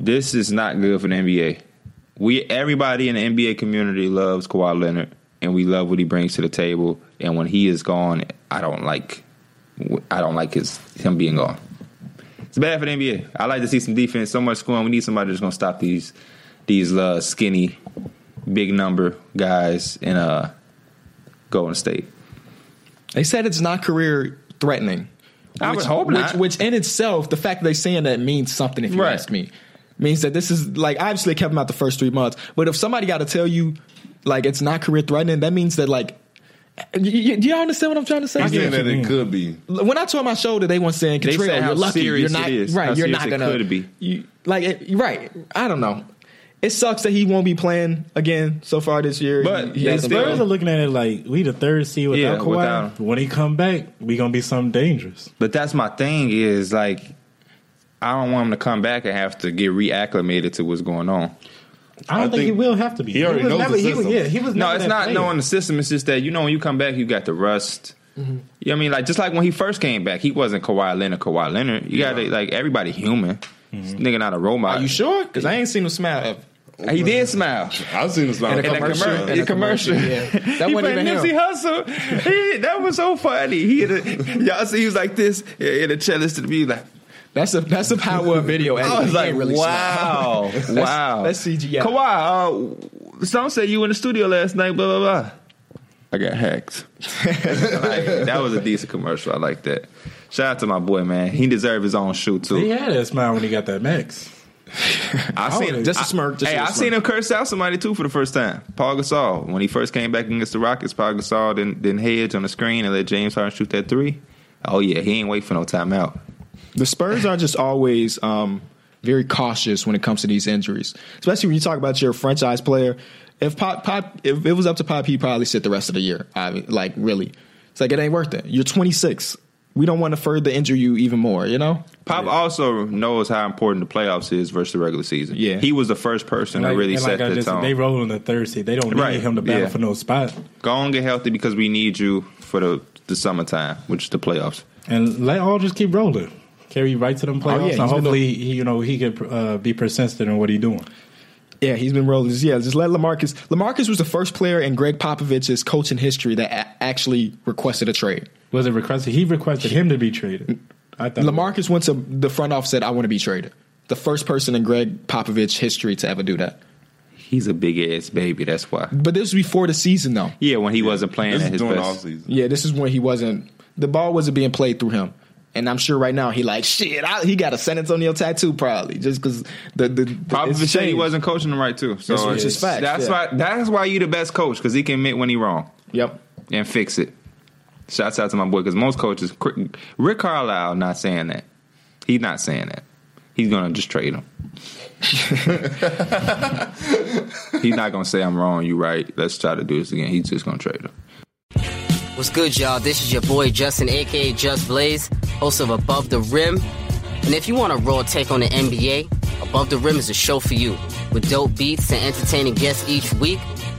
S2: this is not good for the NBA. We everybody in the NBA community loves Kawhi Leonard, and we love what he brings to the table. And when he is gone, I don't like. I don't like his him being gone. It's bad for the NBA. I like to see some defense, so much scoring. We need somebody that's gonna stop these these uh, skinny, big number guys in uh Golden State.
S1: they said it's not career threatening.
S2: I would
S1: which,
S2: hope
S1: which,
S2: not.
S1: Which in itself, the fact that they're saying that means something. If you
S2: Right.
S1: ask me, means that this is like obviously it kept him out the first three months. But if somebody got to tell you like it's not career threatening, that means that like. y- y- Do y'all understand what I'm trying to say?
S4: I'm
S3: get
S4: saying
S3: what
S4: that
S3: you
S4: it
S3: mean.
S4: could be.
S1: when I tore my shoulder, they weren't saying,
S2: They
S1: "Catrill,
S2: said how
S1: you're lucky. You're
S2: serious
S1: not
S2: it is,
S1: right.
S2: how
S1: you're
S2: serious
S1: not
S2: it
S1: gonna
S2: could be.
S1: You, like it, right. I don't know. It sucks that he won't be playing again so far this year.
S2: But
S1: He- he
S2: they
S1: hasn't
S2: still-
S1: played.
S3: Spurs are looking at it like we the third seed without
S2: Yeah,
S3: Kawhi.
S2: without him.
S3: When he come back, we gonna be something dangerous.
S2: But that's my thing is like I don't want him to come back and have to get reacclimated to what's going on.
S3: I don't
S4: I
S3: think, he
S4: think
S3: will have to be.
S4: he already
S3: was
S4: knows
S3: never,
S4: the
S3: he was,
S4: system.
S3: yeah, he was
S2: No,
S3: never
S2: it's
S3: that
S2: not
S3: player.
S2: knowing the system. It's just that you know when you come back, you got the rust.
S1: Mm-hmm.
S2: You know what I mean? Like just like when he first came back, he wasn't Kawhi Leonard. Kawhi Leonard. You got to like everybody human. This nigga not a
S1: Mm-hmm.
S2: robot.
S1: Are you Mm-hmm. sure? Because I ain't seen him smile.
S2: He did smile.
S4: I've seen this
S1: In
S4: line.
S1: a commercial.
S2: commercial.
S1: In a commercial. Yeah. That
S2: he
S1: wasn't
S2: played
S1: even him.
S2: Nipsey Hussle. He- that was so funny. He had a, y'all see he was like this in a cellist to be like.
S1: That's a that's a power of video.
S2: I was
S1: You
S2: like,
S1: can't really
S2: wow, wow.
S1: that's CGI.
S2: Kawhi, uh, some say you in the studio last night. Blah blah blah. I got hacked. Like, that was a decent commercial. I like that. Shout out to my boy, man. He deserved his own shoe
S3: He
S2: too.
S3: had that smile when he got that max.
S2: I seen
S1: Oh, Just a smirk, just
S2: hey,
S1: a
S2: I
S1: smirk.
S2: seen him curse out somebody too for the first time. Paul Gasol when he first came back against the Rockets. Paul Gasol didn't, didn't hedge on the screen and let James Harden shoot that three. Oh yeah, he ain't wait for no timeout.
S1: The Spurs are just always um, very cautious when it comes to these injuries, especially when you talk about your franchise player. If Pop, Pop if it was up to Pop, he'd probably sit the rest of the year. I mean, like really, it's like it ain't worth it. You're 26. We don't want to further injure you even more. You know.
S2: Pop also knows how important the playoffs is versus the regular season.
S1: Yeah.
S2: he was the first person to really
S3: and
S2: set
S3: I
S2: the
S3: just said,
S2: tone.
S3: They roll in the third seed. They don't
S2: Right,
S3: need him to battle
S2: yeah.
S3: for no spot.
S2: Go on, get healthy because we need you for the the summertime, which is the playoffs.
S3: And let all just keep rolling. Carry you right to them playoffs,
S1: yeah, he's been
S3: and hopefully, he, you know, he could uh, be persistent in what he's doing.
S1: Yeah, he's been rolling. Yeah, just let Lamarcus. Lamarcus was the first player in Greg Popovich's coaching history that a- actually requested a trade.
S3: Was it requested? He requested him to be traded. I thought
S1: Lamarcus went to the front office said, "I want to be traded." The first person in Greg Popovich history to ever do that.
S2: He's a big ass baby. That's why.
S1: But this was before the season, though.
S2: Yeah, when he wasn't playing
S4: This
S2: at
S4: is
S2: his
S4: during
S2: best.
S4: off season.
S1: Yeah, this is when he wasn't. The ball wasn't being played through him, and I'm sure right now he like shit. I, he got a San Antonio tattoo probably just because the the, the
S2: Probably
S1: it's
S2: said he
S1: changed.
S2: wasn't coaching him right too. So
S1: That's- which is
S2: it's-
S1: facts,
S2: That's
S1: yeah.
S2: why. That's why you the best coach because he can admit when he wrong
S1: Yep.
S2: and fix it. Shouts out to my boy because most coaches, Rick Carlisle, not saying that. He's not saying that. He's gonna just trade him. He's not gonna say I'm wrong. You right. Let's try to do this again. He's just gonna trade him.
S6: What's good, y'all? This is your boy Justin, aka Just Blaze, host of Above the Rim. And if you want a raw take on the NBA, Above the Rim is a show for you. With dope beats and entertaining guests each week,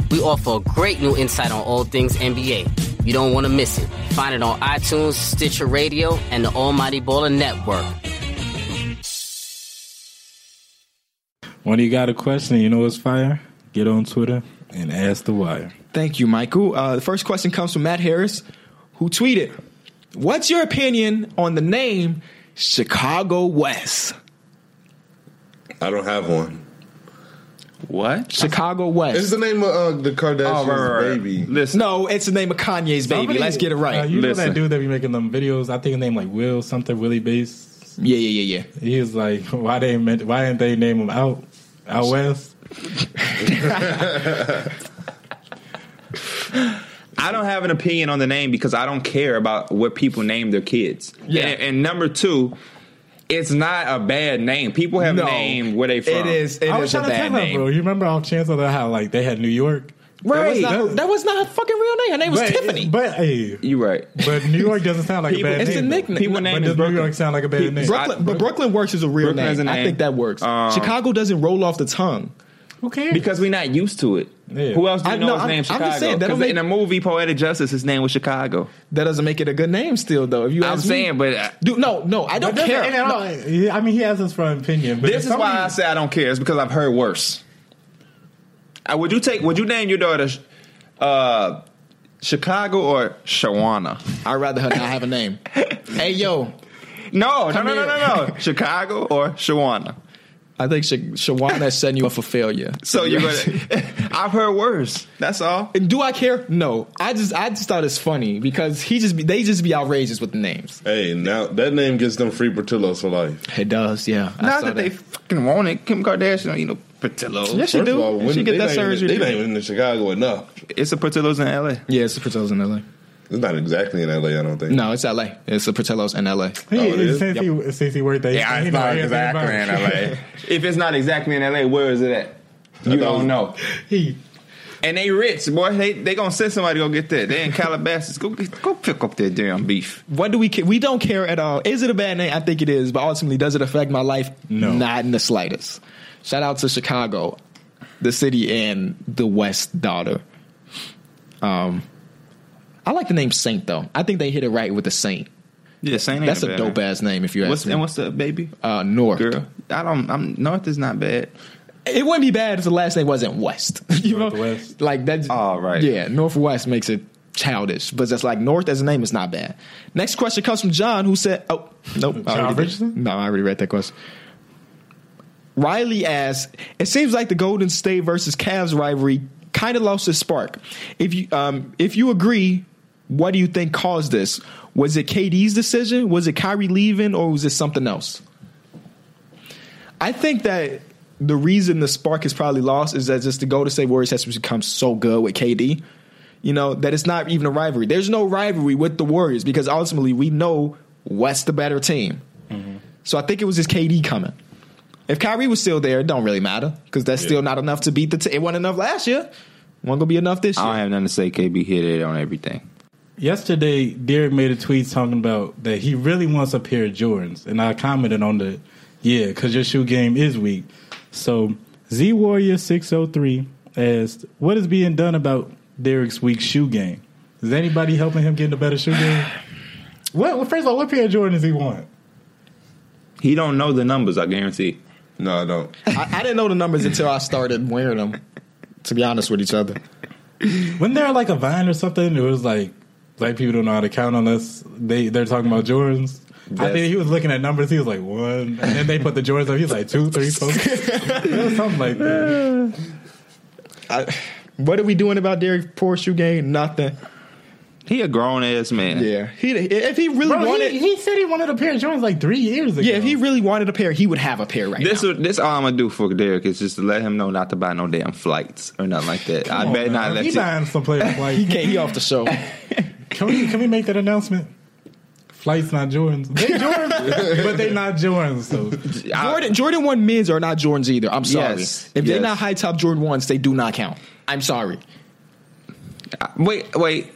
S6: we offer a great new insight on all things NBA. You don't want to miss it. Find it on iTunes, Stitcher Radio, and the Almighty Baller Network.
S3: when you got a question, you know it's fire. Get on Twitter and ask the wire.
S1: Thank you, Michael. Uh, the first question comes from Matt Harris, who tweeted, "What's your opinion on the name Chicago West?
S4: I don't have one.
S2: What?
S1: Chicago
S4: It's
S1: West?
S4: the name of uh, the Kardashians'
S2: Oh, right, right, right.
S4: baby.
S2: Listen,
S1: No, it's the name of Kanye's baby.
S3: Somebody-
S1: Let's get it right.
S3: Uh, you know
S2: Listen.
S3: that dude that be making them videos? I think his name like Will something Willie Bass.
S1: yeah, yeah, yeah, yeah."
S3: He was like, why they meant, why didn't they name him out out west?
S2: I don't have an opinion on the name because I don't care about what people name their kids.
S1: Yeah.
S2: And, and number two, it's not a bad name. People have
S1: No.
S2: named where they from.
S1: It is. It
S3: I
S1: is a
S3: trying to
S1: bad
S3: tell her,
S1: name.
S3: bro. You remember off chance of that how like they had New York,
S1: That was,
S2: Right.
S1: not, her- that was not her fucking real name. Her name was
S3: but,
S1: Tiffany.
S3: But hey,
S2: You right.
S3: but New York doesn't sound like
S2: People-
S3: a bad
S1: it's a
S3: name. though.
S1: nickname.
S2: People
S1: But
S2: name
S3: But
S2: is
S3: does New
S2: Brooklyn.
S3: York sound like a bad name?
S1: Brooklyn, but Brooklyn Works is a real
S2: Brooklyn
S1: name.
S2: is a
S1: I
S2: name.
S1: think that works.
S2: Um,
S1: Chicago doesn't roll off the tongue.
S3: Who cares?
S2: Because we're not used to it.
S3: Yeah.
S2: Who else do
S1: I-
S2: you know
S1: no,
S2: his
S1: I'm-
S2: name?
S1: I'm just
S2: Chicago.
S1: saying, that'll
S2: 'Cause
S1: make-
S2: in the movie Poetic Justice, his name was Chicago.
S1: That doesn't make it a good name still, though. If you,
S2: I'm
S1: ask me.
S2: saying, but uh,
S1: dude, no, no, I don't
S3: Doesn't-
S1: care.
S3: and I
S1: No.
S3: don't- yeah, I mean, he asks us for an opinion. But
S2: this
S3: if
S2: is why I
S3: somebody-
S2: say I don't care. It's because I've heard worse. Uh, would you take? Would you name your daughter uh, Chicago or Shawana?
S1: I'd rather her not have a name. hey, yo,
S2: No, no, no, no,
S1: here.
S2: no, no. Chicago or Shawana.
S1: I think Sha- Shawana's setting you up for failure.
S2: So you're gonna. I've heard worse. That's all.
S1: And do I care? No, I just I just thought it's funny because he just be, they just be outrageous with the names.
S4: Hey, now that name gets them free Portillo's for life.
S1: It does, yeah. I
S2: Not
S1: saw
S2: that, they fucking want it. Kim Kardashian don't eat no Portillo's.
S1: Yes, she
S4: First
S1: do.
S4: of all, when
S1: she get
S4: they
S1: that
S4: not even-
S1: surgery.
S4: They not even in Chicago enough.
S2: It's a Portillo's in L.A.
S1: yeah, it's the Portillo's in L.A.
S4: It's not exactly in LA, I don't think.
S1: No, it's L.A. It's the Portillo's in L.A.
S3: He,
S4: Oh, it is?
S3: since, he, since he worked there, he know everything about it.
S2: If it's not exactly in L.A., where is it at? You don't know.
S3: He
S2: And they rich, boy. They they gonna send somebody to go get that. They in Calabasas. go get, go pick up that damn beef.
S1: What do we care? We don't care at all. Is it a bad name? I think it is, but ultimately, does it affect my life?
S3: No.
S1: Not in the slightest. Shout out to Chicago, the city, and the West daughter. Um, I like the name Saint, though. I think they hit it right with the Saint.
S2: Yeah, same.
S1: That's a dope ass name, if you ask
S2: What's
S1: me.
S2: and what's the baby
S1: uh, North.
S2: girl? I don't. I'm North is not bad.
S1: It wouldn't be bad if the last name wasn't West. you know,
S3: Northwest.
S1: like that.
S2: Oh, right.
S1: Yeah, Northwest makes it childish, but that's like North as a name is not bad. Next question comes from John, who said, "Oh, nope, I
S3: John
S1: already did-
S3: Richardson?
S1: No, I already read that question. Riley asks, "It seems like the Golden State versus Cavs rivalry kind of lost its spark. If you um, if you agree, what do you think caused this? Was it KD's decision? Was it Kyrie leaving, or was it something else?" I think that the reason the spark is probably lost is that just the Golden State Warriors has become so good with KD, you know, that it's not even a rivalry. There's no rivalry with the Warriors because ultimately we know West the better team. So I think it was just KD coming. If Kyrie was still there, it don't really matter because that's still not enough to beat the team. It wasn't enough last year. Won't gonna be enough this
S2: I
S1: year.
S2: don't have nothing to say. KB hit it on everything.
S3: Yesterday, Derek made a tweet talking about that he really wants a pair of Jordans, and I commented on the yeah, because your shoe game is weak. So Z Warrior six zero three asked, "What is being done about Derek's weak shoe game? Is anybody helping him get a better shoe game? What? Well, first of all, what pair of Jordans he want?
S2: He don't know the numbers. I guarantee.
S4: No, I don't.
S1: I, I didn't know the numbers until I started wearing them. To be honest with each other,
S3: Wasn't there like a Vine or something? It was like black people don't know how to count unless they they're talking about Jordans." I think he was looking at numbers. He was like one, and then they put the Jordans up. He was like two, three, four, It was something like that.
S1: I, what are we doing about Derek poor shoe game? Nothing.
S2: He a grown ass man.
S1: Yeah, he if he really
S3: Bro,
S1: wanted,
S3: he, he said he wanted a pair of Jordans like three years ago.
S1: yeah, if he really wanted a pair, he would have a pair right
S2: This
S1: now.
S2: this all I'm gonna do for Derek is just to let him know not to buy no damn flights or nothing like that. I
S3: Come on,
S2: bet not
S3: man.
S2: let
S3: He
S2: you.
S3: buying some players
S1: He
S3: like
S1: can't. He off the show.
S3: can we can we make that announcement? Flights not Jordans. They Jordans, but they not Jordans. So
S2: I-
S1: Jordan Jordan One mids are not Jordans either. I'm sorry.
S2: Yes,
S1: if they're
S2: yes.
S1: not high top Jordan ones, they do not count. I'm sorry.
S2: Wait, wait.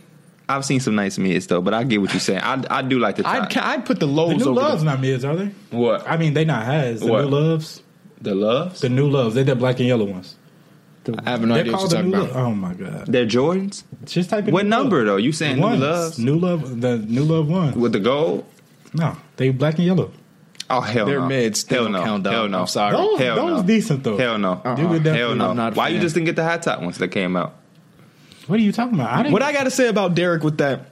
S2: I've seen some nice mids though, but I get what you're saying. I, I do like the top.
S1: I'd ca- I'd put the
S3: the
S1: lows
S3: new
S1: over.
S3: loves
S1: the-
S3: not mids, are they?
S2: What?
S3: I mean, they not highs. The
S2: What?
S3: new loves,
S2: the loves?
S3: the new loves. They the black and yellow ones.
S1: I have no
S3: They're
S1: idea what
S3: called
S1: you're talking
S3: the new
S1: about.
S3: love. Oh my god!
S2: They're Jordans.
S3: Just type in
S2: What
S3: new
S2: number
S3: love.
S2: though? You saying
S3: Ones.
S2: new loves
S3: New love. The new love one.
S2: with the gold?
S3: No, they black and yellow.
S2: Oh hell
S1: They're
S2: no!
S1: mids. They
S2: Hell
S1: don't
S2: no!
S1: count, dog.
S2: hell no!
S1: I'm sorry.
S3: Those,
S2: Hell
S3: those
S2: no.
S3: decent though.
S2: Hell no! Uh-uh.
S3: You could
S2: Hell
S3: definitely-
S2: no!
S1: I'm not a
S2: Why you
S1: fan.
S2: just didn't get the high top ones that came out?
S3: What are you talking about? I didn't.
S1: What I got to say about Derek with that.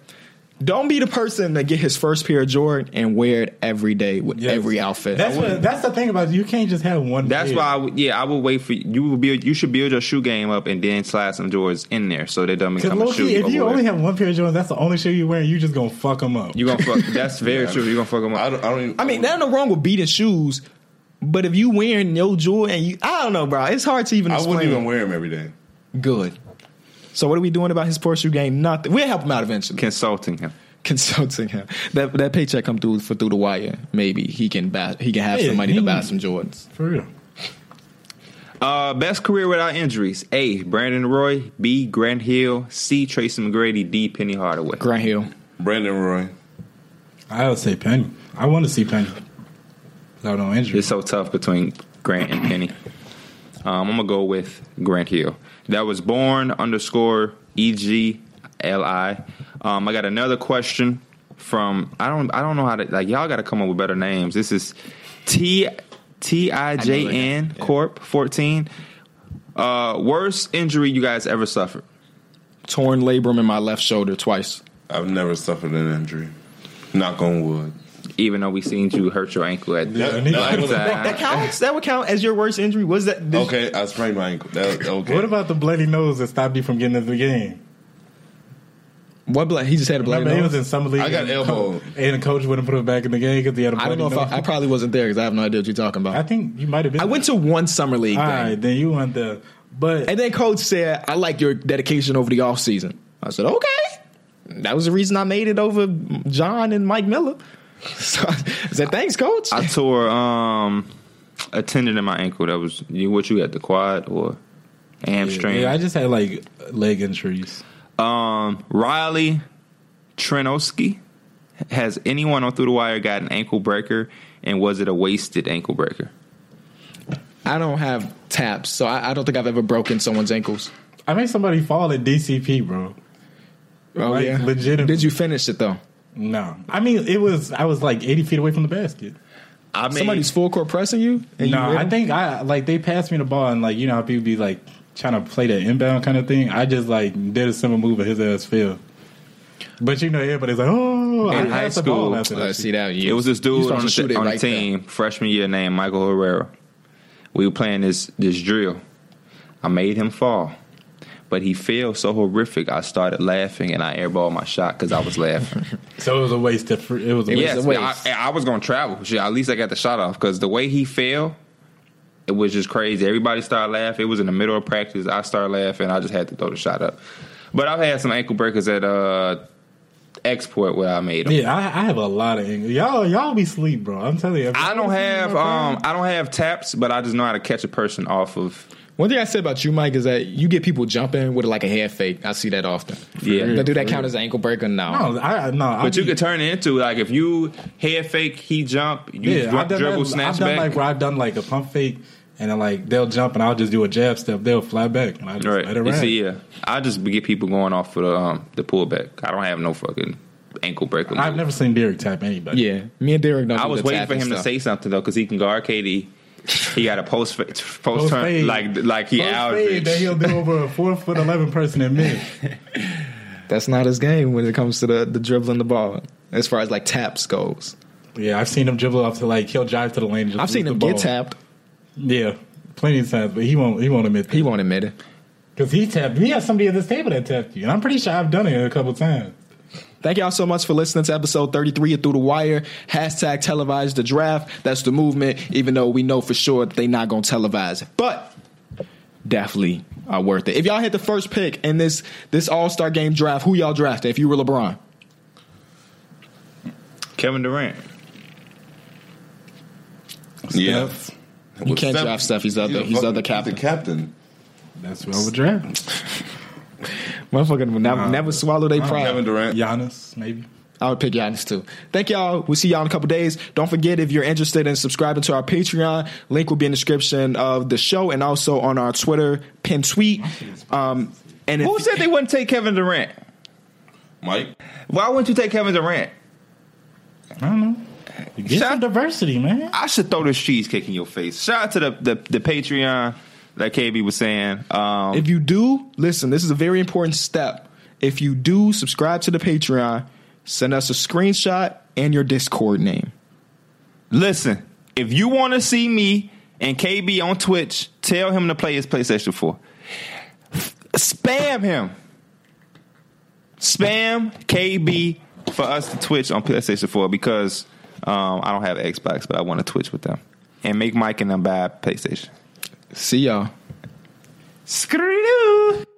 S1: Don't be the person that get his first pair of Jordan and wear it every day with
S3: Yes.
S1: every outfit.
S3: That's what. That's the thing about it. you can't just have one.
S2: That's
S3: pair.
S2: why, I would, yeah, I would wait for you. Will build, you should build your shoe game up and then slide some Jordans in there so they don't
S3: Because
S2: become a
S3: low
S2: shoe.
S3: key, if you
S2: overwear.
S3: only have one pair of Jordans, that's the only shoe you're wearing. You just gonna fuck them up.
S2: you gonna fuck. That's very true. You are gonna fuck them
S4: I
S2: up.
S4: don't. I, don't even,
S1: I mean, there's no wrong with beating shoes, but if you wearing your jewel and you, I don't know, bro, it's hard to even.
S4: I
S1: Explain.
S4: wouldn't even wear them every day.
S1: Good. So what are we doing about his poor shoe game? Nothing. We'll help him out eventually.
S2: Consulting him.
S1: Consulting him. That that paycheck come through for through the wire. Maybe he can buy. He can have
S3: Yeah,
S1: some money to
S3: he-
S1: buy some Jordans.
S3: For real.
S2: Uh, best career without injuries: A. Brandon Roy, B. Grant Hill, C. Tracy McGrady, D. Penny Hardaway.
S1: Grant Hill.
S4: Brandon Roy.
S3: I would say Penny. I want to see Penny. Without no injury.
S2: It's so tough between Grant and Penny. Um, I'm gonna go with Grant Hill. That was born underscore E G L I. Um, I got another question from I don't I don't know how to like y'all got to come up with better names. This is T T I J N Corp 14. Uh, worst injury you guys ever suffered?
S1: Torn labrum in my left shoulder twice.
S4: I've never suffered an injury. Knock on wood.
S2: Even though we seen you hurt your ankle at
S3: Yeah,
S4: That-
S3: nigga.
S4: no, I wasn't-
S2: That-
S1: That counts. that would count as your worst injury. Was that? did-
S4: okay, I sprained my ankle. That, okay.
S3: What about the bloody nose that stopped you from getting into the game?
S1: What black? He just had a black
S3: Remember, he was
S1: nose.
S3: in summer league.
S4: I got
S3: and the co-
S4: elbowed.
S3: and the coach wouldn't put him back in the game because he had a
S1: I don't
S3: bloody
S1: know if
S3: nose.
S1: I, I probably wasn't there because I have no idea what you're talking
S3: I
S1: about.
S3: think you might have been.
S1: I went to one summer league
S3: All
S1: thing.
S3: right, then you went the. But
S1: And then coach said, I like your dedication over the offseason. I said, okay. That was the reason I made it over John and Mike Miller. So I said, thanks, coach.
S2: I tore um a tendon in my ankle. That was you. What you had the quad or hamstring.
S3: Yeah, I just had like leg injuries.
S2: Um, Riley Trenowski. Has anyone on Through the Wire got an ankle breaker, and was it a wasted ankle breaker?
S1: I don't have taps, so I, I don't think I've ever broken someone's ankles.
S3: I made somebody fall at DCP, bro.
S1: Oh
S3: Like,
S1: yeah,
S3: legitimate.
S1: Did you finish it though?
S3: No, I mean it was. I was like eighty feet away from the basket.
S2: I mean,
S1: Somebody's full court pressing you. and you
S3: no,
S1: hit
S3: I
S1: them?
S3: think I like they passed me the ball and like you know how people be like trying to play that inbound kind of thing. I just like did a similar move and his ass fell. But you know everybody's like, oh, I
S2: In high
S3: passed the ball
S2: school,
S3: after that.
S1: Uh, see that you-
S2: It was this
S1: you
S2: dude
S1: supposed
S2: on
S1: to
S2: the,
S1: shoot it
S2: on the
S1: right there.
S2: team freshman year named Michael Herrera. We were playing this this drill. I made him fall, but he fell so horrific. I started laughing and I airballed my shot because I was laughing.
S3: So it was a waste of. It was a waste.
S2: yes,
S1: a waste.
S2: I, I was gonna travel. Shit, at least I got the shot off because the way he fell, it was just crazy. Everybody started laughing. It was in the middle of practice. I started laughing. I just had to throw the shot up. But I've had some ankle breakers at uh, export where I made them.
S3: Yeah, I, I have a lot of anger. Y'all, y'all be sleep, bro. I'm telling you.
S2: I don't have um I don't have taps, but I just know how to catch a person off of.
S1: One thing I said about you, Mike, is that you get people jumping with like a head fake. I see that often.
S2: Yeah.
S1: Now, do that count as an ankle breaker? No.
S3: No, I no. I
S2: But you
S3: be-
S2: could turn it into like if you head fake, he jump, you
S3: Yeah,
S2: dri-
S3: I've done
S2: dribble,
S3: that-
S2: snatch
S3: I've done
S2: back.
S3: like where I've done like a pump fake, and then like they'll jump, and I'll just do a jab step. They'll fly back, and I just
S2: right,
S3: let it
S2: you
S3: ride.
S2: see, yeah, I just get people going off for the um the pullback. I don't have no fucking ankle breaker.
S3: I've
S2: move.
S3: never seen Derek tap anybody.
S1: Yeah. Me and Derek don't.
S2: I
S1: do
S2: was
S1: the
S2: waiting for
S1: tapping
S2: him to
S1: stuff.
S2: say something though, because he can guard KD. He got a post fa- t- post
S3: Post fade.
S2: turn like like he
S3: First
S2: Aldridge.
S3: fade that he'll do over a four foot eleven person in minutes.
S1: that's not his game when it comes to the, the dribbling the ball. As far as like taps goes,
S3: Yeah, I've seen him dribble off to like he'll drive to the lane. and Just
S1: I've seen
S3: lose
S1: him
S3: the
S1: get
S3: ball.
S1: tapped.
S3: Yeah, plenty of times, but he won't. He won't admit
S1: He
S3: that
S1: won't admit it.
S3: because he tapped. We have somebody at this table that tapped you, and I'm pretty sure I've done it a couple times.
S1: Thank y'all so much for listening to episode 33 of Through the Wire. Hashtag televise the draft. That's the movement, even though we know for sure that they not going to televise it. But definitely are worth it. If y'all hit the first pick in this this all-star game draft, who y'all drafting if you were LeBron?
S2: Kevin Durant.
S4: Yeah.
S3: Steph,
S1: You can't draft Steph. He's other. He's other captain.
S4: The captain.
S3: that's what I would draft.
S1: Motherfucker will never, never swallow their pride.
S4: Kevin Durant.
S3: Giannis, maybe.
S1: I would pick Giannis too. Thank y'all. We'll see y'all in a couple days. Don't forget if you're interested in subscribing to our Patreon, link will be in the description of the show and also on our Twitter pin tweet. Um, and if,
S2: Who said they wouldn't take Kevin Durant?
S4: Mike.
S2: Why wouldn't you take Kevin Durant?
S3: I don't know. Get
S2: Shut-
S3: some diversity, man.
S2: I should throw this cheesecake in your face. Shout out to the the, the Patreon that KB was saying. Um,
S1: if you do, listen, this is a very important step. If you do subscribe to the Patreon, send us a screenshot and your Discord name.
S2: listen, if you want to see me and KB on Twitch, tell him to play his PlayStation 4. Spam him. Spam KB for us to Twitch on PlayStation 4 because um, I don't have Xbox, but I want to Twitch with them and make Mike and them buy a PlayStation.
S1: See y'all.
S2: Screw you.